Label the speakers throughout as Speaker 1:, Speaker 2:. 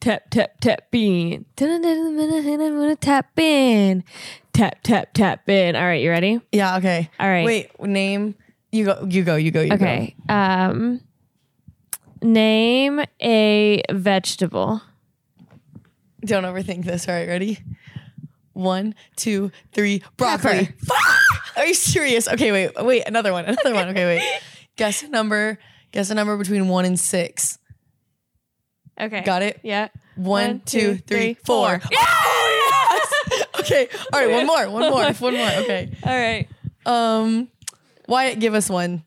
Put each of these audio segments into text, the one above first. Speaker 1: tap tap tap in. Dun-dun-dun-dun-dun-dun-dun-dun, Tap in. Tap tap tap in. All right, you ready?
Speaker 2: Yeah. Okay.
Speaker 1: All right.
Speaker 2: Wait. Name. You go. You go. You go. You
Speaker 1: Okay. Um name a vegetable.
Speaker 2: Go. Don't overthink this. All right. Ready. One, two, three. Broccoli.
Speaker 1: Pepper.
Speaker 2: Fuck! Are you serious? Okay. Wait. Wait. Another one. Another one. Okay. Wait. Guess a number. Guess a number between one and six.
Speaker 1: Okay.
Speaker 2: Got it?
Speaker 1: Yeah.
Speaker 2: One, two, three, four.
Speaker 1: Yeah!
Speaker 2: Okay. All right. One more. One more. One more. Okay.
Speaker 1: All right.
Speaker 2: Um, Wyatt, give us one.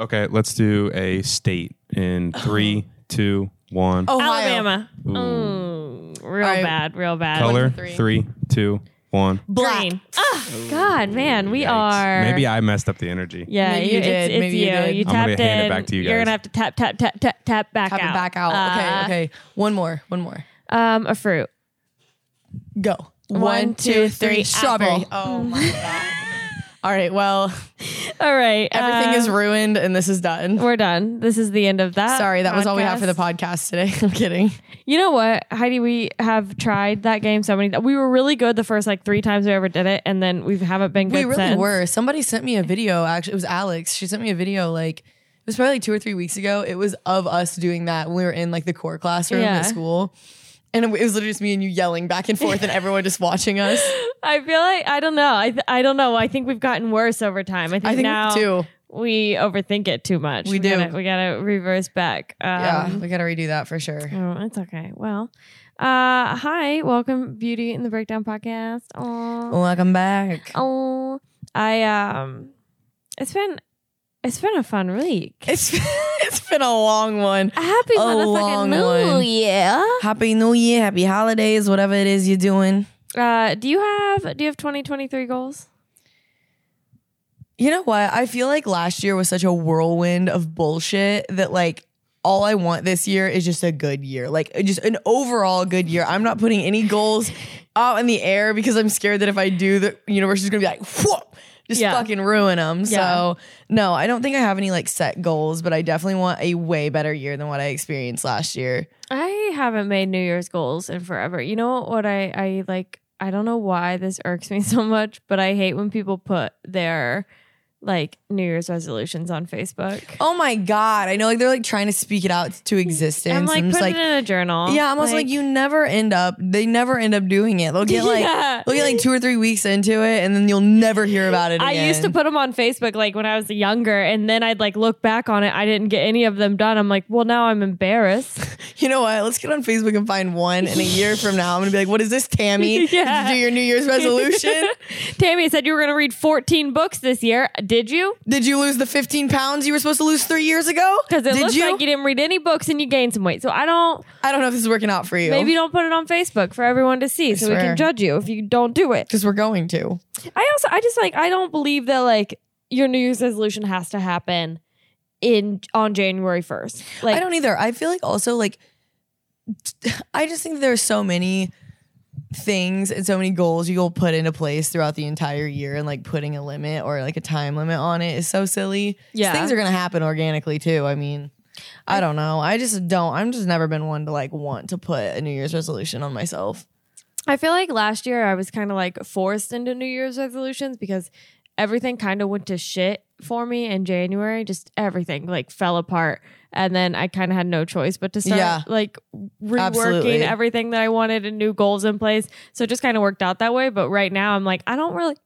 Speaker 3: Okay, let's do a state in three, two, one.
Speaker 2: Ohio.
Speaker 1: Alabama.
Speaker 3: Ooh.
Speaker 1: Oh, real
Speaker 2: All right.
Speaker 1: bad, real bad.
Speaker 3: Color
Speaker 2: three.
Speaker 3: three, two, one.
Speaker 2: Black.
Speaker 1: Green. Oh, God, man, we
Speaker 3: Yikes.
Speaker 1: are.
Speaker 3: Maybe I messed up the energy.
Speaker 1: Yeah,
Speaker 2: Maybe you
Speaker 1: it's-
Speaker 2: did.
Speaker 1: It's,
Speaker 2: Maybe you
Speaker 1: you.
Speaker 2: did.
Speaker 1: You
Speaker 3: I'm gonna
Speaker 1: tapped
Speaker 3: hand it
Speaker 1: in.
Speaker 3: back to you
Speaker 1: You're
Speaker 3: guys.
Speaker 1: gonna have to tap, tap, tap, tap, tap back
Speaker 2: Tap
Speaker 1: out.
Speaker 2: it back out.
Speaker 1: Uh,
Speaker 2: okay. Okay. One more. One more.
Speaker 1: Um, a fruit.
Speaker 2: Go.
Speaker 1: One, two, three,
Speaker 2: Strawberry.
Speaker 1: apple.
Speaker 2: Oh my god. All right. Well,
Speaker 1: All right.
Speaker 2: everything
Speaker 1: uh,
Speaker 2: is ruined and this is done.
Speaker 1: We're done. This is the end of that.
Speaker 2: Sorry, that was all we had for the
Speaker 1: podcast.
Speaker 2: podcast today. I'm kidding.
Speaker 1: You know what, Heidi? We have tried that game so many. We were really good the first like three times we ever did it, and then we haven't been good
Speaker 2: We really
Speaker 1: since.
Speaker 2: were. Somebody sent me a video. Actually, it was Alex. She sent me a video like it was probably like two or three weeks ago. It was of us doing that when we were in like the core classroom
Speaker 1: Yeah.
Speaker 2: at school. And it was literally just me and you yelling back and forth, and everyone just watching us.
Speaker 1: I feel like I don't know. I th- I don't know. I think we've gotten worse over time. I think,
Speaker 2: I think
Speaker 1: now
Speaker 2: too.
Speaker 1: we overthink it too much.
Speaker 2: We do.
Speaker 1: Gotta, we gotta reverse back. Um,
Speaker 2: Yeah, we gotta redo that for sure.
Speaker 1: Oh, it's okay. Well, uh, hi, welcome, Beauty in the Breakdown podcast. Oh,
Speaker 2: Welcome back.
Speaker 1: oh, I um, it's been it's been a fun week.
Speaker 2: It's it's been a long one.
Speaker 1: Happy
Speaker 2: a long
Speaker 1: motherfucking new
Speaker 2: one.
Speaker 1: year.
Speaker 2: Happy New Year, happy holidays, whatever it is you're doing.
Speaker 1: Uh, do you have do you have twenty twenty three goals?
Speaker 2: You know what? I feel like last year was such a whirlwind of bullshit that like all I want this year is just a good year. Like just an overall good year. I'm not putting any goals out in the air because I'm scared that if I do, the universe is going to be like, whoop, just
Speaker 1: Yeah.
Speaker 2: fucking ruin them.
Speaker 1: Yeah.
Speaker 2: So, no, I don't think I have any like set goals, but I definitely want a way better year than what I experienced last year.
Speaker 1: I haven't made New Year's goals in forever. You know what I I like I don't know why this irks me so much, but I hate when people put their like New Year's resolutions on Facebook.
Speaker 2: Oh my God. I know like they're like trying to speak it out to existence.
Speaker 1: I'm like
Speaker 2: I'm just
Speaker 1: put
Speaker 2: like,
Speaker 1: it in a journal.
Speaker 2: Yeah, I'm also like, you never end up. They never end up doing it. They'll get like
Speaker 1: Yeah.
Speaker 2: they'll get like two or three weeks into it, and then you'll never hear about it.
Speaker 1: I
Speaker 2: again.
Speaker 1: used to put them on Facebook like when I was younger, and then I'd like look back on it. I didn't get any of them done. I'm like, well, now I'm embarrassed.
Speaker 2: You know what? Let's get on Facebook and find one. And a year from now, I'm gonna be like, "What is this, Tammy?
Speaker 1: Yeah.
Speaker 2: Did you do your New Year's resolution?
Speaker 1: Tammy said you were going to read 14 books this year. Did you?
Speaker 2: Did you lose the 15 pounds you were supposed to lose three years ago?
Speaker 1: Because it
Speaker 2: Did
Speaker 1: looks
Speaker 2: you?
Speaker 1: like you didn't read any books and you gained some weight. So I don't.
Speaker 2: I don't know if this is working out for you.
Speaker 1: Maybe don't put it on Facebook for everyone to see so we
Speaker 2: swear.
Speaker 1: can judge you if you don't do it.
Speaker 2: because we're going to.
Speaker 1: I also, I just like, I don't believe that like your New Year's resolution has to happen in on January 1st. Like,
Speaker 2: I don't either. I feel like also like t- I just think there's so many things and so many goals you'll put into place throughout the entire year and like putting a limit or like a time limit on it is so silly. 'Cause
Speaker 1: Yeah.
Speaker 2: Things are gonna happen organically too. I mean I don't know. I just don't. I'm just never been one to like want to put a New Year's resolution on myself.
Speaker 1: I feel like last year I was kind of like forced into New Year's resolutions because everything kind of went to shit for me in January. Just everything like fell apart. And then I kind of had no choice but to start
Speaker 2: Yeah.
Speaker 1: like reworking
Speaker 2: Absolutely.
Speaker 1: everything that I wanted and new goals in place. So it just kind of worked out that way. But right now I'm like, I don't really,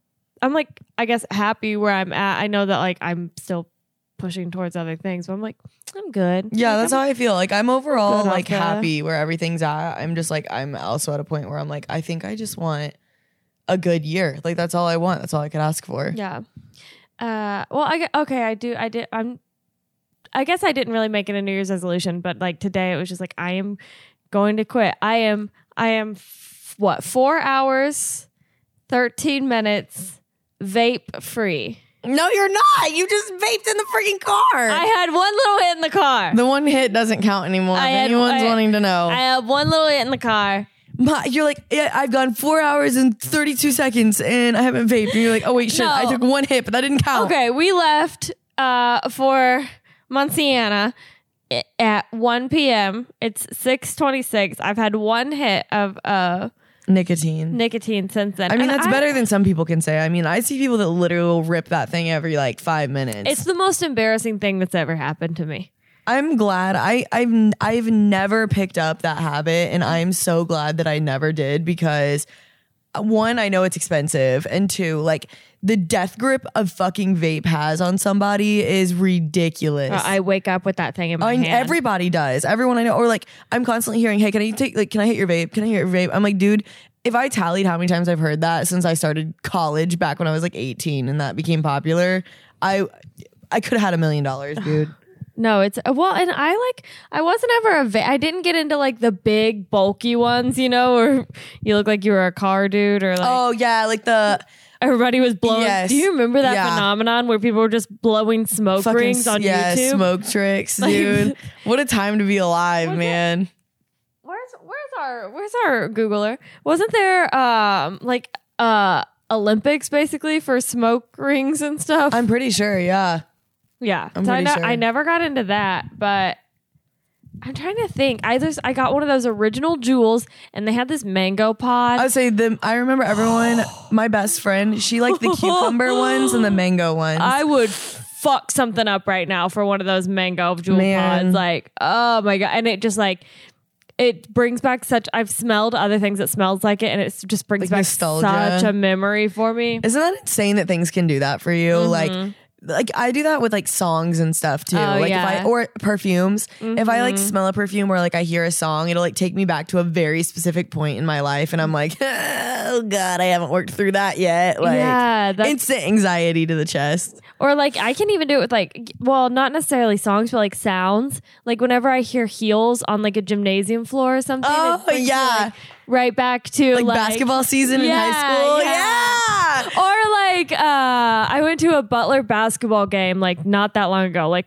Speaker 1: I'm like, I guess happy where I'm at. I know that like I'm still pushing towards other things, but I'm like, I'm good.
Speaker 2: Yeah,
Speaker 1: Like,
Speaker 2: that's
Speaker 1: I'm-
Speaker 2: how I feel. Like I'm overall
Speaker 1: Good
Speaker 2: like
Speaker 1: off the-
Speaker 2: happy where everything's at. I'm just like I'm also at a point where I'm like I think I just want a good year. Like that's all I want. That's all I could ask for.
Speaker 1: Yeah. Uh, well, I gue- okay. I do. I did. I'm. I guess I didn't really make it a New Year's resolution, but like today, it was just like I am going to quit. I am. I am. F- what four hours, thirteen minutes, vape free.
Speaker 2: No, you're not. You just vaped in the freaking car.
Speaker 1: I had one little hit in the car.
Speaker 2: the one hit doesn't count anymore.
Speaker 1: I
Speaker 2: if
Speaker 1: had-
Speaker 2: anyone's
Speaker 1: I-
Speaker 2: wanting to know.
Speaker 1: I had one little hit in the car.
Speaker 2: My- you're like, yeah, I've gone four hours and 32 seconds and I haven't vaped. And you're like, oh, wait, shit,
Speaker 1: No.
Speaker 2: I took Oh. one hit, but that didn't count.
Speaker 1: Okay, we left uh, for Montana i- at 1 p.m. It's 6:26. I've had one hit of uh
Speaker 2: Nicotine.
Speaker 1: nicotine since then.
Speaker 2: I mean,
Speaker 1: And
Speaker 2: that's better than some people can say. I mean, I see people that literally will rip that thing every like five minutes.
Speaker 1: It's the most embarrassing thing that's ever happened to me.
Speaker 2: I'm glad I I've I've never picked up that habit, and I'm so glad that I never did because uh, one, I know it's expensive, and two, like the death grip of fucking vape has on somebody is ridiculous.
Speaker 1: Uh, I wake up with that thing in my
Speaker 2: I mean,
Speaker 1: hand.
Speaker 2: everybody does. Everyone I know, or like, I'm constantly hearing, "Hey, can I take? Like, can I hit your vape? Can I hit your vape?" I'm like, dude, if I tallied how many times I've heard that since I started college back when I was like 18 and that became popular, I I could have had a million dollars, dude.
Speaker 1: No, it's uh, well, and I like I wasn't ever a va- I didn't get into like the big bulky ones, you know, or you look like you were a car dude, or like
Speaker 2: oh yeah, like the
Speaker 1: everybody was blowing.
Speaker 2: Yes.
Speaker 1: Do you remember that
Speaker 2: Yeah.
Speaker 1: phenomenon where people were just blowing smoke
Speaker 2: fucking
Speaker 1: rings on
Speaker 2: yeah,
Speaker 1: YouTube?
Speaker 2: smoke tricks, dude. what a time to be alive,
Speaker 1: Wasn't it-
Speaker 2: man.
Speaker 1: Where's where's our where's our Googler? Wasn't there um like uh Olympics basically for smoke rings and stuff?
Speaker 2: I'm pretty sure, yeah.
Speaker 1: Yeah.
Speaker 2: I'm
Speaker 1: so I,
Speaker 2: pretty
Speaker 1: ne-
Speaker 2: sure.
Speaker 1: I never got into that, but I'm trying to think. I just I got one of those original jewels and they had this mango pod.
Speaker 2: I would say the I remember everyone, my best friend, she liked the cucumber ones and the mango ones.
Speaker 1: I would fuck something up right now for one of those mango jewel
Speaker 2: Man.
Speaker 1: pods. Like, oh my god! And it just like it brings back such. I've smelled other things that smells like it, and it just brings
Speaker 2: Like
Speaker 1: back
Speaker 2: nostalgia.
Speaker 1: such a memory for me.
Speaker 2: Isn't that insane that things can do that for you?
Speaker 1: Mm-hmm.
Speaker 2: Like like I do that with like songs and stuff too.
Speaker 1: Oh,
Speaker 2: like
Speaker 1: yeah. Mm-hmm.
Speaker 2: if I or perfumes. If I like smell a perfume or like I hear a song, it'll like take me back to a very specific point in my life and I'm like, "Oh god, I haven't worked through that yet." Like
Speaker 1: yeah, that's,
Speaker 2: instant anxiety to the chest.
Speaker 1: or like I can even do it with like, well, not necessarily songs, but like sounds. Like whenever I hear heels on like a gymnasium floor or something, it
Speaker 2: Oh,
Speaker 1: brings me,
Speaker 2: yeah.
Speaker 1: like, right back to
Speaker 2: Like, basketball season in
Speaker 1: Yeah,
Speaker 2: high school.
Speaker 1: yeah.
Speaker 2: Yeah.
Speaker 1: Or like uh, I went to a Butler basketball game like not that long ago, like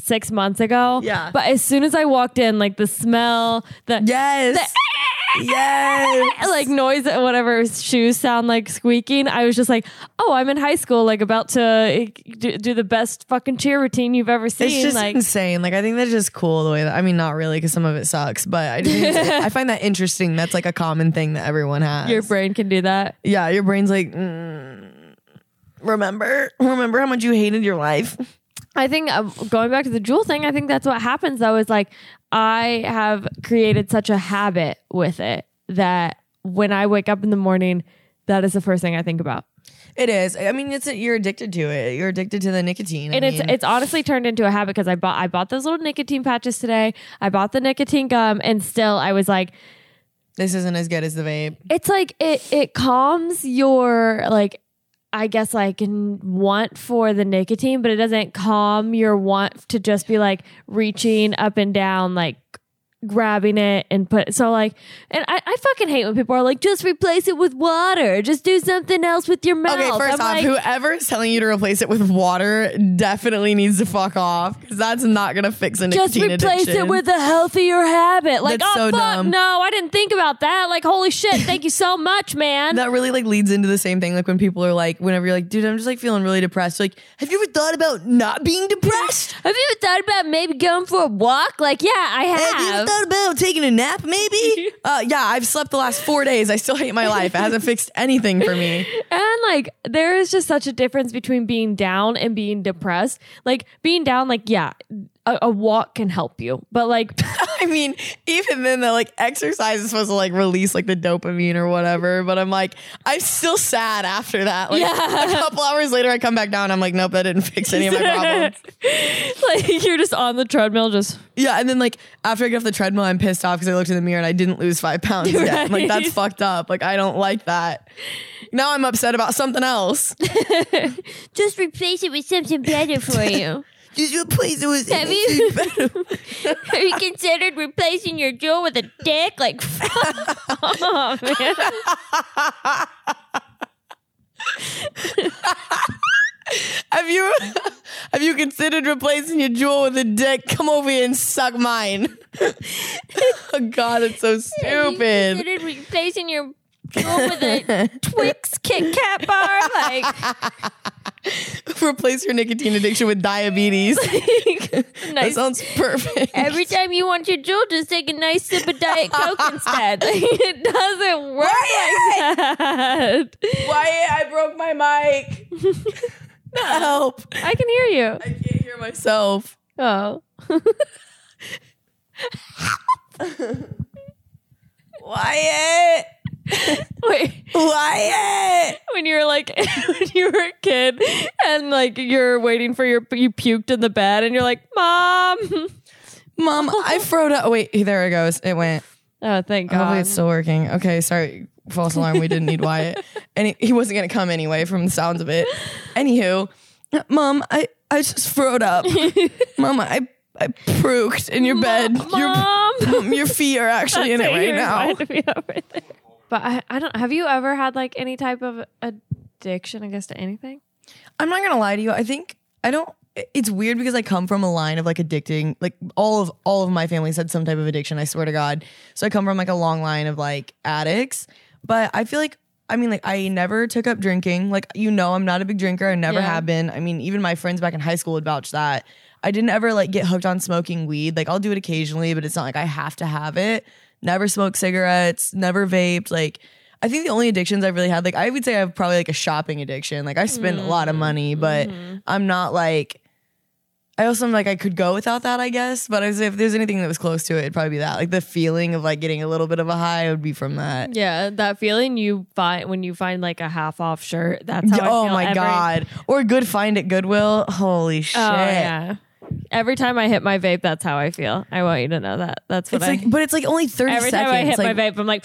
Speaker 1: six months ago.
Speaker 2: Yeah.
Speaker 1: But as soon as I walked in, like the smell, the
Speaker 2: Yes. yes.
Speaker 1: like noise, whatever shoes sound like squeaking, I was just like, oh, I'm in high school, like about to eh, do, do the best fucking cheer routine you've ever seen.
Speaker 2: It's just
Speaker 1: like,
Speaker 2: insane. Like I think that's just cool the way that I mean not really because some of it sucks, but I, just, think- I find that interesting. That's like a common thing that everyone has.
Speaker 1: your brain can do that.
Speaker 2: yeah, your brain's like, mm, remember, remember how much you hated your life.
Speaker 1: I think uh, going back to the jewel thing, I think that's what happens though is like I have created such a habit with it that when I wake up in the morning, that is the first thing I think about.
Speaker 2: It is. I mean, it's you're addicted to it. You're addicted to the nicotine. I
Speaker 1: And it's
Speaker 2: mean,
Speaker 1: it's honestly turned into a habit because I bought I bought those little nicotine patches today. I bought the nicotine gum and still I was like
Speaker 2: this isn't as good as the vape.
Speaker 1: it's like it it calms your like I guess like n- want for the nicotine, but it doesn't calm your want to just be like reaching up and down like grabbing it and put so like and I, I fucking hate when people are like just replace it with water just do something else with your mouth
Speaker 2: Okay, first off,
Speaker 1: I'm like,
Speaker 2: whoever is telling you to replace it with water definitely needs to fuck off because that's not gonna fix a
Speaker 1: just
Speaker 2: nicotine
Speaker 1: replace
Speaker 2: addiction.
Speaker 1: it with a healthier habit like
Speaker 2: That's
Speaker 1: oh
Speaker 2: so
Speaker 1: fuck
Speaker 2: dumb.
Speaker 1: no I didn't think about that like holy shit thank you so much man
Speaker 2: that really like leads into the same thing like when people are like whenever you're like dude i'm just like feeling really depressed like have you ever thought about not being depressed
Speaker 1: have you ever thought about maybe going for a walk like yeah I
Speaker 2: have you ever thought about taking a nap maybe uh yeah i've slept the last four days i still hate my life it hasn't fixed anything for me
Speaker 1: And like there is just such a difference between being down and being depressed. Like being down, like yeah, a, a walk can help you, but like
Speaker 2: i mean even then the like exercise is supposed to like release like the dopamine or whatever but i'm like i'm still sad after that like
Speaker 1: Yeah.
Speaker 2: a couple hours later i come back down i'm like nope that didn't fix any of my problems
Speaker 1: like you're just on the treadmill, just
Speaker 2: Yeah, and then like after I get off the treadmill, I'm pissed off because I looked in the mirror and I didn't lose five pounds yet. I'm like
Speaker 1: Right.
Speaker 2: that's fucked up. Like I don't like that. Now I'm upset about something else.
Speaker 1: just replace it with something better for you.
Speaker 2: Just replace it with
Speaker 1: Have you- Have you considered replacing your jewel with a dick? Like, oh man.
Speaker 2: have you have you considered replacing your jewel with a dick? Come over here and suck mine. oh God, it's so stupid.
Speaker 1: considered replacing your jewel with a Twix Kit Kat bar? Like,
Speaker 2: replace your nicotine addiction with diabetes. That
Speaker 1: nice.
Speaker 2: sounds perfect.
Speaker 1: Every time you want your jewel, just take a nice sip of Diet Coke instead. it doesn't work like that.
Speaker 2: Wyatt, I broke my mic. Help.
Speaker 1: I can hear you.
Speaker 2: I can't hear myself.
Speaker 1: Oh.
Speaker 2: Wyatt.
Speaker 1: Wait.
Speaker 2: Wyatt.
Speaker 1: when you were like when you were a kid and like you're waiting for your you puked in the bed and you're like mom
Speaker 2: Mom, I froed up. Wait, there it goes. It went.
Speaker 1: oh thank god
Speaker 2: Hopefully it's still working. Okay, sorry. False alarm. We didn't need Wyatt. And he, he wasn't going to come anyway from the sounds of it. Anywho, Mom, I, I just froed up. Mom, I, I pruked in your bed. Your,
Speaker 1: mom
Speaker 2: Mom, your feet are actually in it
Speaker 1: You're
Speaker 2: right now.
Speaker 1: fine to be over there. but I, I don't have you ever had like any type of addiction i guess to anything
Speaker 2: I'm not gonna lie to you. I think I don't. It's weird because I come from a line of like addicting. Like all of all of my family's had some type of addiction. I swear to God. So I come from like a long line of like addicts. But I feel like I mean like I never took up drinking. Like you know I'm not a big drinker. I never
Speaker 1: Yeah.
Speaker 2: have been. I mean even my friends back in high school would vouch that. I didn't ever like get hooked on smoking weed. Like I'll do it occasionally, but it's not like I have to have it. Never smoked cigarettes. Never vaped. Like I think the only addictions I've really had, like I would say I have probably like a shopping addiction. Like I spend a lot of
Speaker 1: Mm,
Speaker 2: money, but
Speaker 1: mm-hmm.
Speaker 2: I'm not like I also am like I could go without that, I guess. But I was, if there's anything that was close to it, it'd probably be that. Like the feeling of like getting a little bit of a high would be from that.
Speaker 1: yeah that feeling you find when you find like a half off shirt that's how I
Speaker 2: oh
Speaker 1: feel
Speaker 2: my
Speaker 1: every-
Speaker 2: god. Or good find at Goodwill. Holy
Speaker 1: oh
Speaker 2: shit.
Speaker 1: yeah every time i hit my vape that's how i feel i want you to know that that's what
Speaker 2: It's
Speaker 1: i
Speaker 2: like but it's like only 30
Speaker 1: Every
Speaker 2: seconds.
Speaker 1: time I hit
Speaker 2: It's like, uh,
Speaker 1: my vape, I'm like,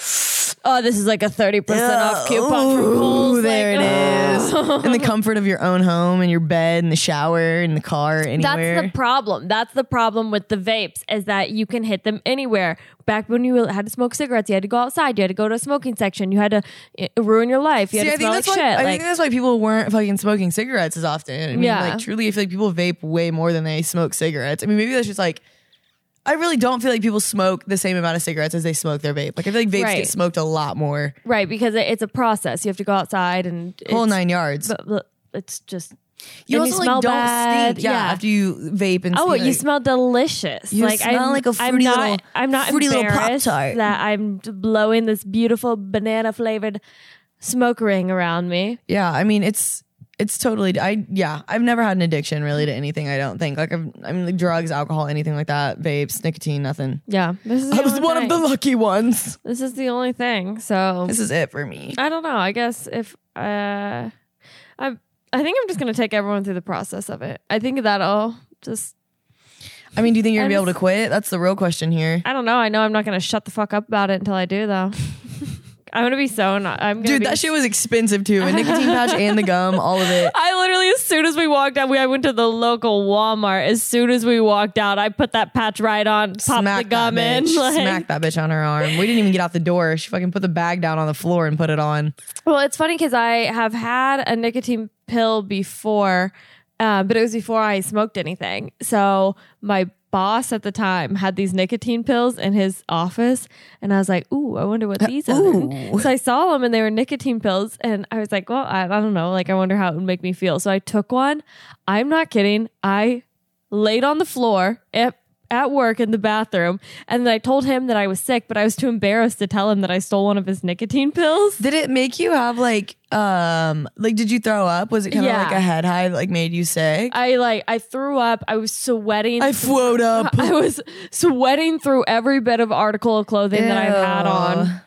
Speaker 1: oh, this is like a 30% off coupon from
Speaker 2: Ooh,
Speaker 1: Kohl's. Like,
Speaker 2: There it is.
Speaker 1: ugh.
Speaker 2: In the comfort of your own home, in your bed, in the shower, in the car, anywhere.
Speaker 1: That's the problem. That's the problem with the vapes is that you can hit them anywhere. Back when you had to smoke cigarettes, you had to go outside, you had to go to a smoking section, you had to it ruin your life, you
Speaker 2: See,
Speaker 1: had to
Speaker 2: I think
Speaker 1: smell like
Speaker 2: that's
Speaker 1: shit.
Speaker 2: why I
Speaker 1: Like,
Speaker 2: think that's why people weren't fucking smoking cigarettes as often. I mean,
Speaker 1: Yeah.
Speaker 2: like truly, I feel like people vape way more than they smoke cigarettes. I mean, maybe that's just like I really don't feel like people smoke the same amount of cigarettes as they smoke their vape. Like I feel like vapes
Speaker 1: Right.
Speaker 2: get smoked a lot more,
Speaker 1: right, because it, it's a process. You have to go outside and it's,
Speaker 2: whole nine yards.
Speaker 1: but- but it's just
Speaker 2: You
Speaker 1: and
Speaker 2: also
Speaker 1: you
Speaker 2: like
Speaker 1: smell
Speaker 2: don't
Speaker 1: bad.
Speaker 2: stink. Yeah,
Speaker 1: Yeah.
Speaker 2: after you vape and
Speaker 1: Oh,
Speaker 2: stink,
Speaker 1: you
Speaker 2: like-
Speaker 1: smell delicious.
Speaker 2: You
Speaker 1: like
Speaker 2: smell
Speaker 1: I'm,
Speaker 2: like a fruity
Speaker 1: I'm not,
Speaker 2: little-
Speaker 1: I'm not
Speaker 2: fruity little
Speaker 1: embarrassed
Speaker 2: Pop-Tart.
Speaker 1: that I'm blowing this beautiful banana flavored smoke ring around me.
Speaker 2: Yeah, I mean it's it's totally. I yeah, I've never had an addiction really to anything. I don't think like I've, I mean like drugs, alcohol, anything like that, vapes, nicotine, nothing.
Speaker 1: Yeah, this is the
Speaker 2: I was
Speaker 1: only
Speaker 2: one of
Speaker 1: thing.
Speaker 2: the lucky ones.
Speaker 1: This is the only thing. So
Speaker 2: This is it for me.
Speaker 1: I don't know. I guess if uh, I I think I'm just gonna take everyone through the process of it. I think that'll just
Speaker 2: I mean, do you think you're gonna be
Speaker 1: I'm
Speaker 2: able to quit? That's the real question here.
Speaker 1: I don't know. I know I'm not gonna shut the fuck up about it until I do though. I'm gonna be so not. I'm gonna
Speaker 2: Dude,
Speaker 1: be
Speaker 2: that shit was expensive too. A nicotine patch and the gum, all of it.
Speaker 1: I literally, as soon as we walked out, we I went to the local Walmart. As soon as we walked out, I put that patch right on, popped
Speaker 2: Smack
Speaker 1: the gum
Speaker 2: that
Speaker 1: in.
Speaker 2: bitch.
Speaker 1: like-
Speaker 2: Smack that bitch on her arm. We didn't even get out the door. She fucking put the bag down on the floor and put it on.
Speaker 1: Well, it's funny because I have had a nicotine pill before, uh, but it was before I smoked anything. So my boss at the time had these nicotine pills in his office, and I was like, "Ooh, I wonder what these
Speaker 2: ooh.
Speaker 1: are." So I saw them, and they were nicotine pills, and I was like, "Well, I, I don't know. Like, I wonder how it would make me feel." So I took one. I'm not kidding. I laid on the floor at, at work in the bathroom, and then I told him that I was sick, but I was too embarrassed to tell him that I stole one of his nicotine pills.
Speaker 2: Did it make you have like um like did you throw up? Was it kind of
Speaker 1: Yeah.
Speaker 2: like a head high that like made you sick?
Speaker 1: I like I threw up. I was sweating.
Speaker 2: I float up.
Speaker 1: I was sweating through every bit of article of clothing that I've had on.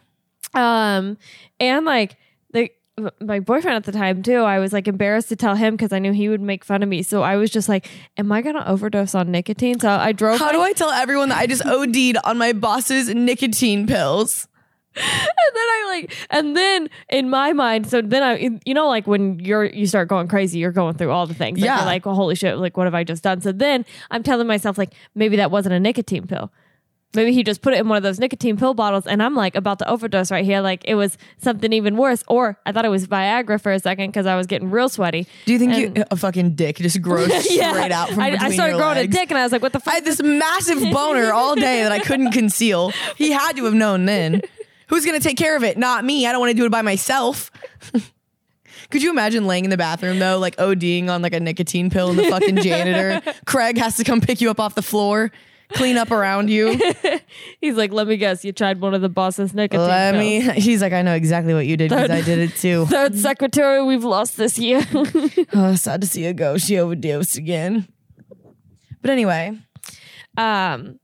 Speaker 1: Um, and like the my boyfriend at the time too. I was like embarrassed to tell him because I knew he would make fun of me. So I was just like, "Am I gonna overdose on nicotine?" So I drove.
Speaker 2: How
Speaker 1: my-
Speaker 2: do I tell everyone that I just OD'd on my boss's nicotine pills?
Speaker 1: and then I like, and then in my mind, so then I, you know, like when you're you start going crazy, you're going through all the things. Like,
Speaker 2: Yeah.
Speaker 1: you're like, well, holy shit, like what have I just done? So then I'm telling myself like, maybe that wasn't a nicotine pill. Maybe he just put it in one of those nicotine pill bottles, and I'm like about to overdose right here. Like it was something even worse, or I thought it was Viagra for a second because I was getting real sweaty.
Speaker 2: Do you think you a fucking dick just grows straight out from
Speaker 1: I,
Speaker 2: between
Speaker 1: I started
Speaker 2: your
Speaker 1: growing
Speaker 2: legs?
Speaker 1: a dick, and I was like, "What the
Speaker 2: I
Speaker 1: fuck?"
Speaker 2: had this massive boner all day that I couldn't conceal. He had to have known then. Who's gonna take care of it? Not me. I don't want to do it by myself. Could you imagine laying in the bathroom though, like ODing on like a nicotine pill and the fucking janitor? Craig has to come pick you up off the floor, clean up around you.
Speaker 1: He's like, let me guess, you tried one of the boss's nicotine
Speaker 2: Let
Speaker 1: pills.
Speaker 2: me. He's like, I know exactly what you did because I did it too.
Speaker 1: Third secretary we've lost this year.
Speaker 2: Oh, sad to see her go. She overdosed again. But anyway,
Speaker 1: um,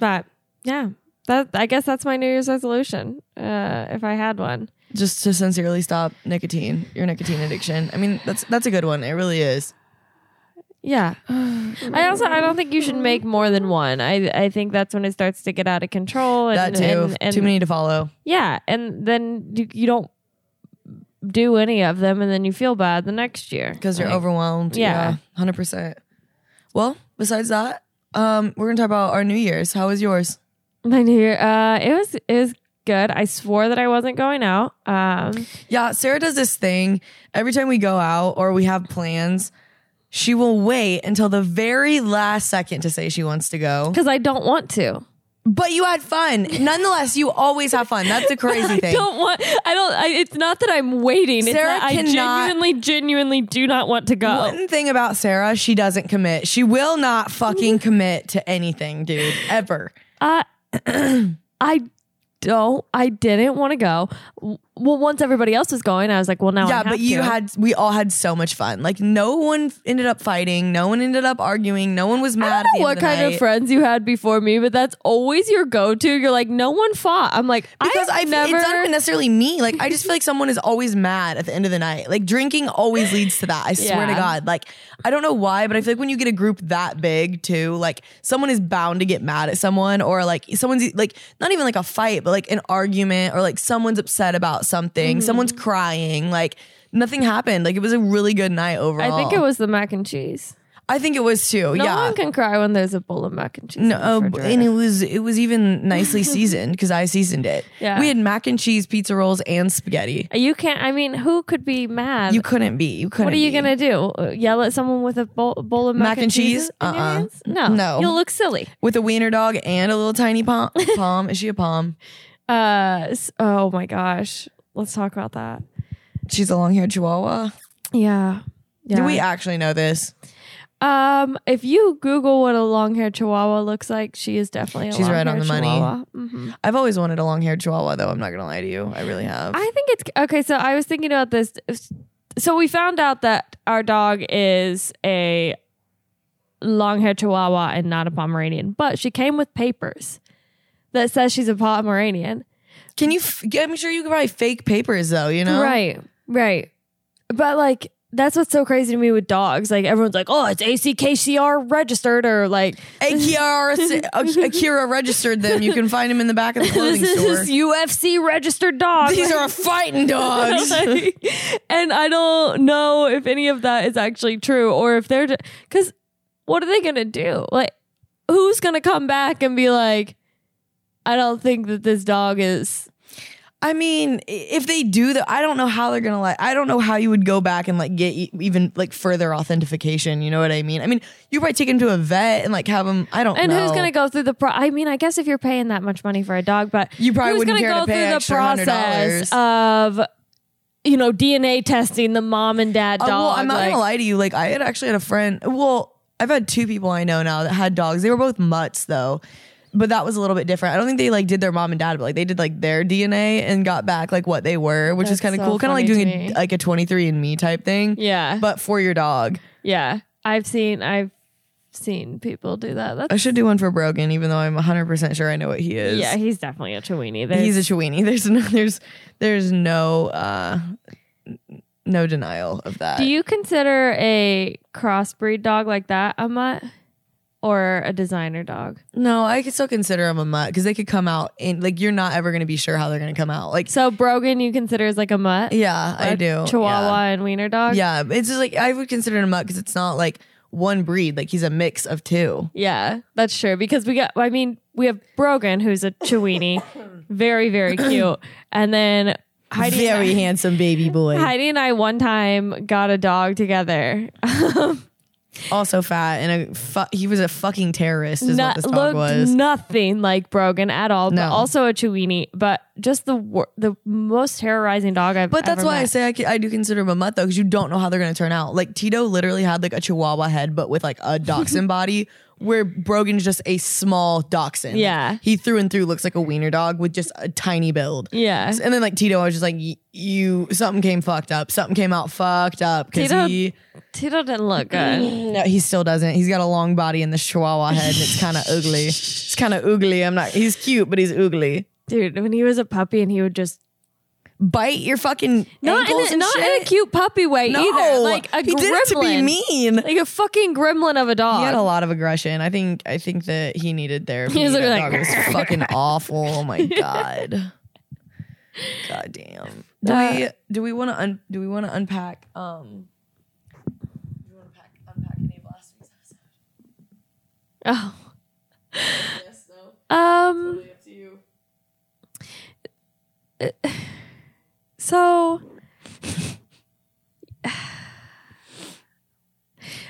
Speaker 1: but yeah, that I guess that's my New Year's resolution, uh, if I had one.
Speaker 2: just to sincerely stop nicotine, your nicotine addiction. I mean, that's that's a good one. It really is.
Speaker 1: Yeah. I also I don't think you should make more than one. I I think that's when it starts to get out of control. And,
Speaker 2: That too.
Speaker 1: and- and-
Speaker 2: too many to follow.
Speaker 1: Yeah, and then you, you don't do any of them, and then you feel bad the next year
Speaker 2: because you're
Speaker 1: Like,
Speaker 2: overwhelmed.
Speaker 1: Yeah.
Speaker 2: Yeah, hundred percent. Well, besides that, um, we're gonna talk about our New Year's. How was yours?
Speaker 1: My New Year, uh, it was it was good. I swore that I wasn't going out. Um,
Speaker 2: Yeah, Sarah does this thing every time we go out or we have plans. She will wait until the very last second to say she wants to go.
Speaker 1: because I don't want to.
Speaker 2: But you had fun. Nonetheless, you always have fun. That's the crazy
Speaker 1: I
Speaker 2: thing.
Speaker 1: don't want. I don't. I, it's not that I'm waiting. It's
Speaker 2: Sarah
Speaker 1: that I
Speaker 2: cannot-
Speaker 1: genuinely, genuinely do not want to go.
Speaker 2: One thing about Sarah, she doesn't commit. She will not fucking commit to anything, dude, ever.
Speaker 1: Uh, I don't. I didn't want to go. W- Well, once everybody else was going, I was like, well, now I
Speaker 2: yeah,
Speaker 1: have
Speaker 2: but you
Speaker 1: to.
Speaker 2: had we all had so much fun. Like no one ended up fighting, no one ended up arguing, no one was
Speaker 1: I
Speaker 2: mad.
Speaker 1: don't know what kind of friends you had before me, but that's always your go-to. You're like, no one fought. I'm like,
Speaker 2: because
Speaker 1: I've
Speaker 2: I've
Speaker 1: never.
Speaker 2: it's not even necessarily me. Like I just feel like someone is always mad at the end of the night. Like drinking always leads to that. I swear to
Speaker 1: Yeah.
Speaker 2: God. Like I don't know why, but I feel like when you get a group that big too, like someone is bound to get mad at someone or like someone's e, like not even like a fight, but like an argument or like someone's upset about something, someone's
Speaker 1: Mm-hmm.
Speaker 2: crying, like nothing happened. Like it was a really good night overall.
Speaker 1: I think it was the mac and cheese.
Speaker 2: I think it was too.
Speaker 1: No
Speaker 2: Oh. yeah.
Speaker 1: one can cry when there's a bowl of mac and cheese. in the
Speaker 2: No, oh, b-
Speaker 1: refrigerator.
Speaker 2: and it was it was even nicely seasoned because I seasoned it.
Speaker 1: Yeah.
Speaker 2: we had mac and cheese, pizza rolls, and spaghetti.
Speaker 1: you can't. I mean, who could be mad?
Speaker 2: You couldn't be. You couldn't.
Speaker 1: what are you
Speaker 2: be.
Speaker 1: gonna do? Uh, Yell at someone with a bowl, bowl of mac,
Speaker 2: Mac and cheese?
Speaker 1: in your
Speaker 2: Uh-uh.
Speaker 1: hands? No,
Speaker 2: No.
Speaker 1: you'll look silly.
Speaker 2: with a wiener dog and a little tiny palm? palm? Is she a palm?
Speaker 1: Uh, s- oh my gosh, let's talk about that.
Speaker 2: She's a long-haired Chihuahua.
Speaker 1: Yeah, yeah.
Speaker 2: Do we actually know this?
Speaker 1: Um, if you Google what a long-haired Chihuahua looks like, she is definitely a
Speaker 2: She's right on the money.
Speaker 1: hmm
Speaker 2: I've always wanted a long-haired Chihuahua, though. I'm not gonna lie to you. I really have.
Speaker 1: I think it's okay. So I was thinking about this. So we found out that our dog is a long-haired Chihuahua and not a Pomeranian, but she came with papers that says she's a Pomeranian.
Speaker 2: can you? F- I'm sure you could probably fake papers, though. You know,
Speaker 1: Right, right. But like that's what's so crazy to me with dogs. Like everyone's like, oh, it's ACKCR registered, or like
Speaker 2: Akira, Akira registered them. You can find them in the back of the
Speaker 1: this
Speaker 2: clothing store.
Speaker 1: is UFC registered dog.
Speaker 2: These are fighting dogs.
Speaker 1: Like, and I don't know if any of that is actually true or if they're because what are they gonna do? Like, who's gonna come back and be like, I don't think that this dog is.
Speaker 2: I mean, i- if they do that, I don't know how they're gonna like. I don't know how you would go back and like get e- even like further authentication. You know what I mean? I mean, you probably take him to a vet and like have him. I don't.
Speaker 1: And
Speaker 2: know. Uh,
Speaker 1: who's gonna go through the pro? I mean, I guess if you're paying that much money for a dog, but
Speaker 2: You probably
Speaker 1: who's
Speaker 2: wouldn't
Speaker 1: gonna
Speaker 2: care to
Speaker 1: go
Speaker 2: pay
Speaker 1: through the
Speaker 2: extra hundred
Speaker 1: process
Speaker 2: dollars.
Speaker 1: of you know DNA testing the mom and dad
Speaker 2: Uh,
Speaker 1: dog?
Speaker 2: well, I'm not
Speaker 1: like-
Speaker 2: gonna lie to you. Like, I had actually had a friend. Well, I've had two people I know now that had dogs. They were both mutts though, but that was a little bit different. I don't think they like did their mom and dad, but like they did like their DNA and got back like what they were, which
Speaker 1: That's
Speaker 2: is kind of
Speaker 1: so
Speaker 2: cool. Kind of like
Speaker 1: funny
Speaker 2: doing
Speaker 1: to
Speaker 2: a,
Speaker 1: me.
Speaker 2: like a 23 and Me type thing,
Speaker 1: Yeah,
Speaker 2: but for your dog.
Speaker 1: yeah. I've seen I've seen people do that. That's
Speaker 2: I should do one for Brogan, even though I'm 100 percent sure I know what he is.
Speaker 1: Yeah, he's definitely a Chiweenie.
Speaker 2: he's a Chiweenie. There's no, there's there's no uh n- no denial of that.
Speaker 1: Do you consider a crossbreed dog like that a mutt or a designer dog?
Speaker 2: no, I could still consider him a mutt because they could come out and like you're not ever gonna be sure how they're gonna come out. Like
Speaker 1: So Brogan, you consider as like a mutt?
Speaker 2: yeah, I
Speaker 1: A
Speaker 2: do
Speaker 1: Chihuahua and wiener dog.
Speaker 2: Yeah. yeah, it's just like I would consider him a mutt because it's not like one breed. Like he's a mix of two.
Speaker 1: Yeah, that's true. Because we got, I mean, we have Brogan, who's a Chiweenie, very, very cute. And then Heidi,
Speaker 2: Very
Speaker 1: and
Speaker 2: also fat and a fu- he was a fucking terrorist. Is
Speaker 1: No-
Speaker 2: what this dog
Speaker 1: looked
Speaker 2: was.
Speaker 1: nothing like Brogan at all.
Speaker 2: No.
Speaker 1: But also a Chiweenie, but just the wor- the most terrorizing dog I've.
Speaker 2: But that's
Speaker 1: ever
Speaker 2: why I
Speaker 1: met.
Speaker 2: say I, c- I do consider him a mutt though, because you don't know how they're gonna turn out. Like Tito literally had like a Chihuahua head, but with like a dachshund body, where Brogan's just a small dachshund. Like,
Speaker 1: Yeah.
Speaker 2: he through and through looks like a wiener dog with just a tiny build.
Speaker 1: Yeah.
Speaker 2: And then like Tito, I was just like, y- you something came fucked up. Something came out fucked up because
Speaker 1: Tito-
Speaker 2: he
Speaker 1: Tito didn't look good.
Speaker 2: no, he still doesn't. He's got a long body and this Chihuahua head, and it's kind of ugly. It's kind of ugly. I'm not. He's cute, but he's ugly.
Speaker 1: Dude, when he was a puppy and he would just.
Speaker 2: Bite your fucking
Speaker 1: Not, in a,
Speaker 2: ankles and
Speaker 1: not
Speaker 2: shit.
Speaker 1: in a cute puppy way
Speaker 2: No,
Speaker 1: either. Like a
Speaker 2: he
Speaker 1: gremlin.
Speaker 2: did it to be mean.
Speaker 1: Like a fucking gremlin of a dog.
Speaker 2: He had a lot of aggression. I think I think that he needed therapy.
Speaker 1: He was
Speaker 2: that
Speaker 1: literally
Speaker 2: dog
Speaker 1: like,
Speaker 2: was fucking awful. Oh my god. God damn. Do
Speaker 1: Uh,
Speaker 2: we do we want to un, do we want to unpack um do we want to unpack any of last week's episode?
Speaker 1: oh.
Speaker 2: Yes, no.
Speaker 1: Um.
Speaker 2: Totally up to you.
Speaker 1: So.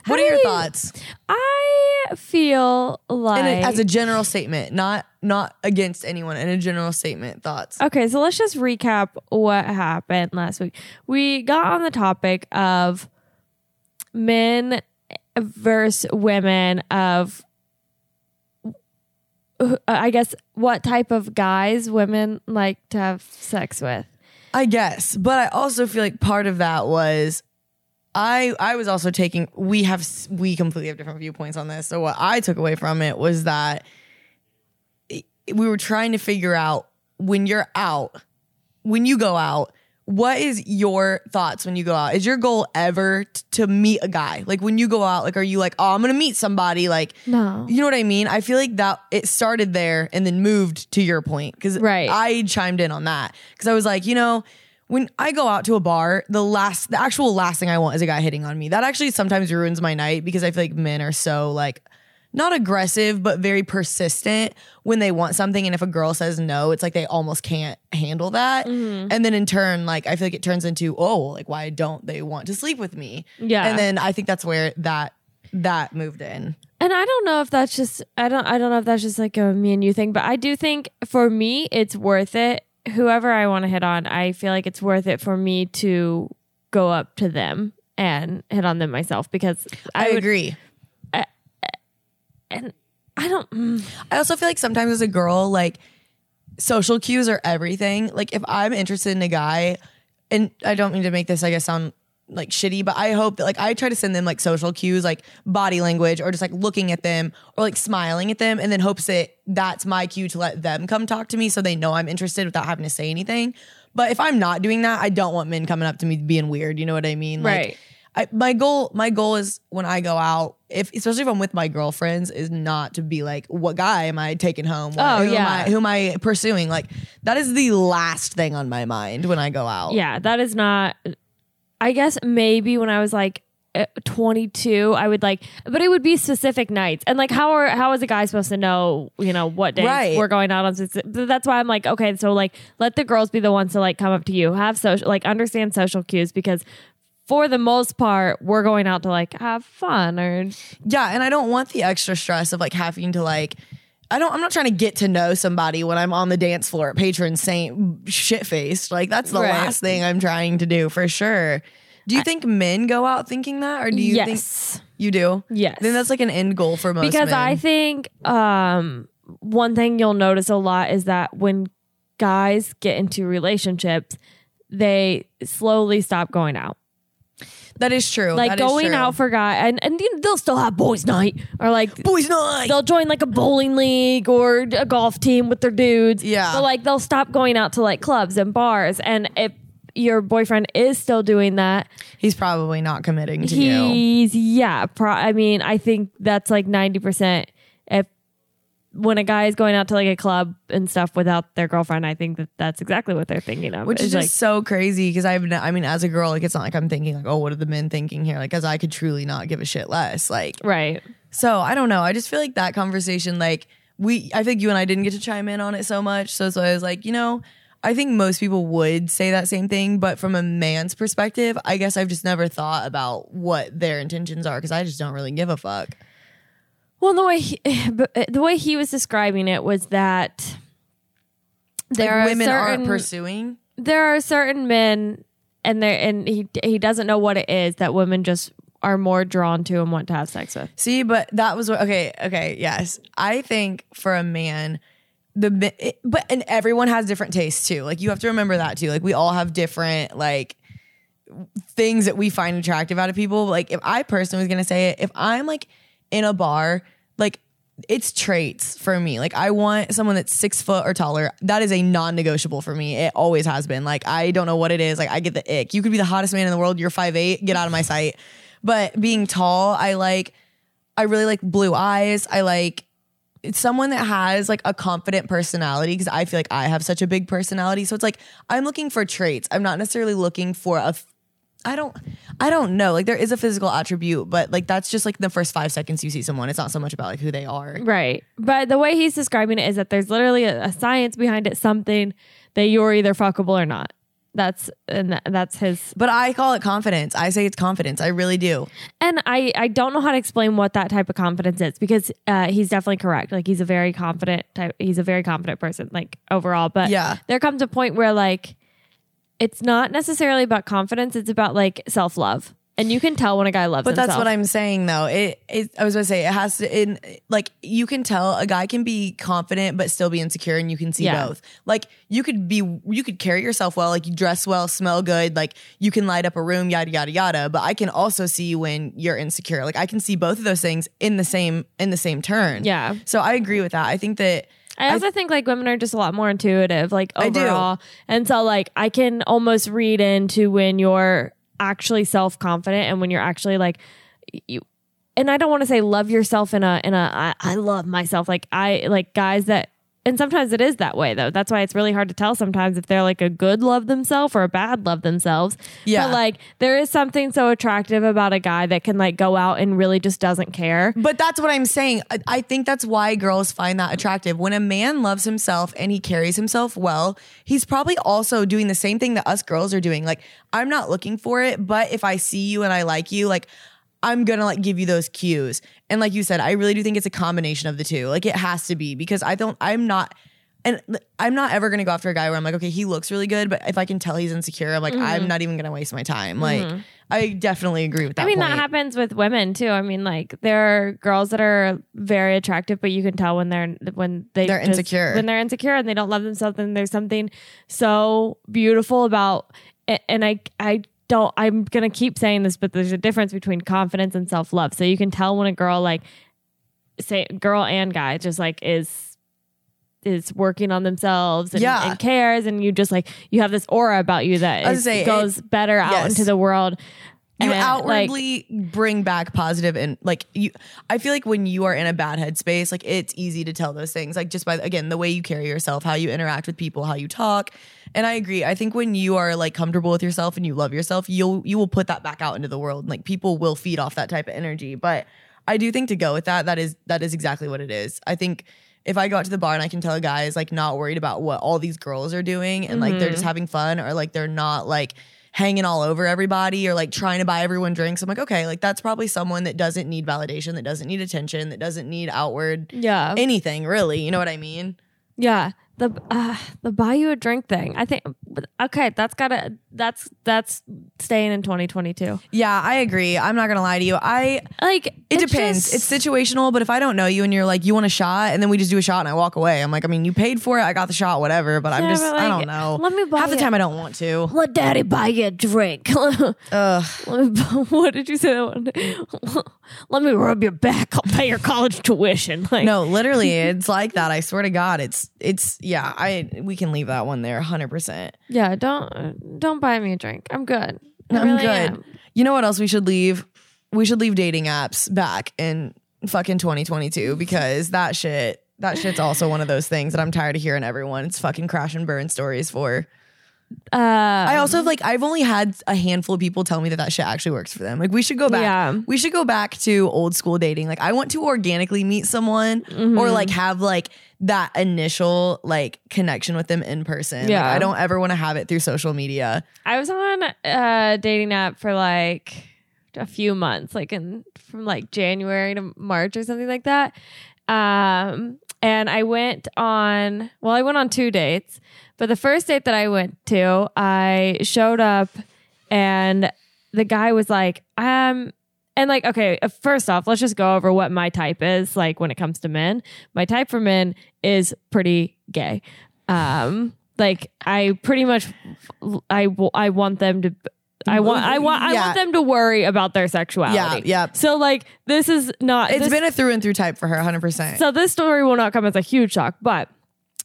Speaker 2: What are your thoughts?
Speaker 1: I feel like
Speaker 2: And as a general statement, not not against anyone. In a general statement, thoughts.
Speaker 1: Okay, so let's just recap what happened last week. We got on the topic of men versus women of uh, I guess what type of guys women like to have sex with.
Speaker 2: I guess, but I also feel like part of that was I I was also taking we have s- we completely have different viewpoints on this. So what I took away from it was that i- we were trying to figure out when you're out, when you go out, what is your thoughts when you go out? Is your goal ever t- to meet a guy? Like when you go out, like are you like, "Oh, I'm going to meet somebody." Like
Speaker 1: No.
Speaker 2: you know what I mean? I feel like that it started there and then moved to your point because
Speaker 1: Right.
Speaker 2: I chimed in on that because I was like, you know, when I go out to a bar, the last, the actual last thing I want is a guy hitting on me. That actually sometimes ruins my night because I feel like men are so like not aggressive but very persistent when they want something and if a girl says no it's like they almost can't handle that
Speaker 1: Mm-hmm.
Speaker 2: and then in turn like i feel like it turns into oh like why don't they want to sleep with me
Speaker 1: Yeah.
Speaker 2: and then i think that's where that that moved in
Speaker 1: And I don't know if that's just I don't I don't know if that's just like a me and you thing, but I do think for me it's worth it. Whoever I want to hit on, I feel like it's worth it for me to go up to them and hit on them myself because I,
Speaker 2: I
Speaker 1: would,
Speaker 2: agree.
Speaker 1: and I don't mm,
Speaker 2: I also feel like sometimes as a girl, like social cues are everything. Like if I'm interested in a guy, and I don't mean to make this, I guess, sound like shitty, but I hope that like I try to send them like social cues, like body language, or just like looking at them, or like smiling at them, and then hopes that that's my cue to let them come talk to me, so they know I'm interested without having to say anything. But if I'm not doing that, I don't want men coming up to me being weird. You know what I mean? Like,
Speaker 1: Right.
Speaker 2: I, my goal my goal is when I go out, if especially if I'm with my girlfriends, is not to be like, what guy am I taking home? What-
Speaker 1: Oh,
Speaker 2: who
Speaker 1: yeah.
Speaker 2: am I, who am I pursuing? Like that is the last thing on my mind when I go out.
Speaker 1: yeah, that is not I guess maybe when I was like uh, 22 I would like but it would be specific nights and like how are how is a guy supposed to know you know what days
Speaker 2: Right.
Speaker 1: we're going out on speci- that's why I'm like okay so like let the girls be the ones to like come up to you have social like understand social cues because for the most part we're going out to like have fun or
Speaker 2: Yeah, and I don't want the extra stress of like having to like I don't I'm not trying to get to know somebody when I'm on the dance floor at patron saint shit faced. Like that's the
Speaker 1: Right.
Speaker 2: last thing I'm trying to do for sure. Do you think men go out thinking that or do you
Speaker 1: yes
Speaker 2: think you do?
Speaker 1: Yes.
Speaker 2: Then that's like an end goal for most
Speaker 1: because
Speaker 2: men.
Speaker 1: I think um, one thing you'll notice a lot is that when guys get into relationships, they slowly stop going out.
Speaker 2: That is true.
Speaker 1: Like
Speaker 2: Oh, That is
Speaker 1: going
Speaker 2: true.
Speaker 1: out for guy, and and they'll still have boys' night or like.
Speaker 2: boys night.
Speaker 1: They'll join like a bowling league or a golf team with their dudes.
Speaker 2: Yeah.
Speaker 1: But like they'll stop going out to like clubs and bars. And if your boyfriend is still doing that,
Speaker 2: He's probably not committing to you.
Speaker 1: He's yeah. Pro- I mean, I think that's like ninety percent. If when a guy is going out to like a club and stuff without their girlfriend, I think that that's exactly what they're thinking of.
Speaker 2: Which is
Speaker 1: It's
Speaker 2: just so crazy because I've, no, I mean, as a girl, like it's not like I'm thinking like, oh, what are the men thinking here? Like, as I could truly not give a shit less. Like,
Speaker 1: like, right.
Speaker 2: so I don't know. I just feel like that conversation, like we, I think you and I didn't get to chime in on it so much. So, so I was like, you know, I think most people would say that same thing, but from a man's perspective, I guess I've just never thought about what their intentions are because I just don't really give a fuck.
Speaker 1: Well, the way he, but, uh, the way he was describing it was that there
Speaker 2: Like,
Speaker 1: are
Speaker 2: women
Speaker 1: certain
Speaker 2: aren't pursuing.
Speaker 1: there are certain men, and there and he he doesn't know what it is that women just are more drawn to and want to have sex with.
Speaker 2: See, but that was what. Okay, okay, yes. I think for a man, the mi- it- but and everyone has different tastes too. Like you have to remember that too. Like we all have different like things that we find attractive out of people. Like if I personally was gonna say it, if I'm like in a bar, like it's traits for me. Like I want someone that's six foot or taller. That is a non-negotiable for me. It always has been. Like I don't know what it is. Like I get the ick. You could be the hottest man in the world. You're five eight. Get out of my sight. But being tall, I like. I really like blue eyes. I like it's someone that has like a confident personality because I feel like I have such a big personality. So it's like I'm looking for traits. I'm not necessarily looking for a. F- I don't. I don't know. Like there is a physical attribute, but like that's just like the first five seconds you see someone. It's not so much about like who they are.
Speaker 1: Right. But the way he's describing it is that there's literally a, a science behind it, something that you're either fuckable or not. That's and tha- that's his.
Speaker 2: But I call it confidence. I say it's confidence. I really do.
Speaker 1: And I I don't know how to explain what that type of confidence is because uh, he's definitely correct. Like he's a very confident type. He's a very confident person, like overall. But
Speaker 2: Yeah.
Speaker 1: there comes a point where like it's not necessarily about confidence. It's about like self love, and you can tell when a guy loves.
Speaker 2: But that's
Speaker 1: himself.
Speaker 2: what I'm saying though. It, it I was going to say it has to in like you can tell a guy can be confident but still be insecure and you can see
Speaker 1: Yeah.
Speaker 2: both. Like you could be you could carry yourself well, like you dress well, smell good, like you can light up a room, yada yada yada, but I can also see when you're insecure. Like I can see both of those things in the same in the same turn.
Speaker 1: Yeah.
Speaker 2: So I agree with that. I think that
Speaker 1: I also think like women are just a lot more intuitive, like
Speaker 2: do.
Speaker 1: overall. And so like I can almost read into when you're actually self confident and when you're actually like you and I don't want to say love yourself in a in a I, I love myself. Like I like guys that and sometimes it is that way though. That's why it's really hard to tell sometimes if they're like a good love themselves or a bad love themselves.
Speaker 2: Yeah.
Speaker 1: But like there is something so attractive about a guy that can like go out and really just doesn't care.
Speaker 2: But that's what I'm saying. I, I think that's why girls find that attractive. When a man loves himself and he carries himself well, he's probably also doing the same thing that us girls are doing. Like, I'm not looking for it, but if I see you and I like you, like, I'm gonna like give you those cues. And like you said, I really do think it's a combination of the two. Like, it has to be because I don't, I'm not. And I'm not ever gonna go after a guy where I'm like, okay, he looks really good, but if I can tell he's insecure, I'm like, I'm not even gonna waste my time. Like, I definitely agree with that.
Speaker 1: Mm-hmm. I mean,
Speaker 2: point.
Speaker 1: that happens with women too. I mean, like there are girls that are very attractive, but you can tell when they're when they
Speaker 2: They're insecure.
Speaker 1: when they're insecure and they don't love themselves. And there's something so beautiful about. a- And I I don't. I'm gonna keep saying this, but there's a difference between confidence and self love. So you can tell when a girl like say girl and guy just like is is working on themselves and,
Speaker 2: Yeah.
Speaker 1: and cares and you just like you have this aura about you that
Speaker 2: I was
Speaker 1: is-
Speaker 2: gonna say,
Speaker 1: goes better out
Speaker 2: yes.
Speaker 1: into the world
Speaker 2: you
Speaker 1: And, like,
Speaker 2: outwardly bring back positive and like you i feel like when you are in a bad headspace like it's easy to tell those things like just by again the way you carry yourself how you interact with people how you talk and i agree i think when you are like comfortable with yourself and you love yourself you'll you will put that back out into the world and, like people will feed off that type of energy but i do think to go with that that is that is exactly what it is i think if I go out to the bar and I can tell a guy is like not worried about what all these girls are doing and like they're just having fun or like they're not like hanging all over everybody or like trying to buy everyone drinks, I'm like, okay, like that's probably someone that doesn't need validation, that doesn't need attention, that doesn't need outward
Speaker 1: yeah
Speaker 2: anything really. You know what I mean?
Speaker 1: Yeah, the uh, the buy you a drink thing. I think but- okay, that's gotta that's that's staying in 2022.
Speaker 2: Yeah, I agree. I'm not gonna lie to you. I
Speaker 1: Like
Speaker 2: it depends.
Speaker 1: just-
Speaker 2: it's situational, but if I don't know you and you're like, you want a shot, and then we just do a shot and I walk away, I'm like, I mean, you paid for it, I got the shot, whatever, but I'm
Speaker 1: Yeah,
Speaker 2: just,
Speaker 1: but,
Speaker 2: I
Speaker 1: like,
Speaker 2: don't know.
Speaker 1: let me buy
Speaker 2: Half the
Speaker 1: it.
Speaker 2: time I don't want to.
Speaker 1: let daddy buy you a drink. Let
Speaker 2: Ugh.
Speaker 1: me bu- what did you say? That one? Let me rub your back. I'll pay your college tuition. Like
Speaker 2: No, literally, it's like that. I swear to God, it's it's yeah. I we can leave that one there, hundred percent.
Speaker 1: yeah, don't don't buy me a drink. I'm good. I
Speaker 2: I'm
Speaker 1: really
Speaker 2: good.
Speaker 1: am.
Speaker 2: You know what else we should leave? We should leave dating apps back in fucking 2022 because that shit that shit's also one of those things that I'm tired of hearing everyone. It's fucking crash and burn stories for.
Speaker 1: Um,
Speaker 2: I also have like I've only had a handful of people tell me that that shit actually works for them. Like we should go back.
Speaker 1: Yeah.
Speaker 2: We should go back to old school dating. Like I want to organically meet someone or like have like that initial like connection with them in person. Like,
Speaker 1: Yeah.
Speaker 2: I don't ever want to have it through social media.
Speaker 1: I was on a dating app for like a few months, like in from like January to March or something like that. Um, and I went on, well, I went on two dates, but the first date that I went to, I showed up and the guy was like, um, and like, okay, uh, first off, let's just go over what my type is like when it comes to men. My type for men is pretty gay. Um, like I pretty much, I, w- I want them to, I want, I want, I
Speaker 2: Yeah.
Speaker 1: want them to worry about their sexuality.
Speaker 2: Yeah, yeah.
Speaker 1: So like, this is not,
Speaker 2: It's
Speaker 1: this-
Speaker 2: been a through and through type for her 100%.
Speaker 1: so this story will not come as a huge shock, but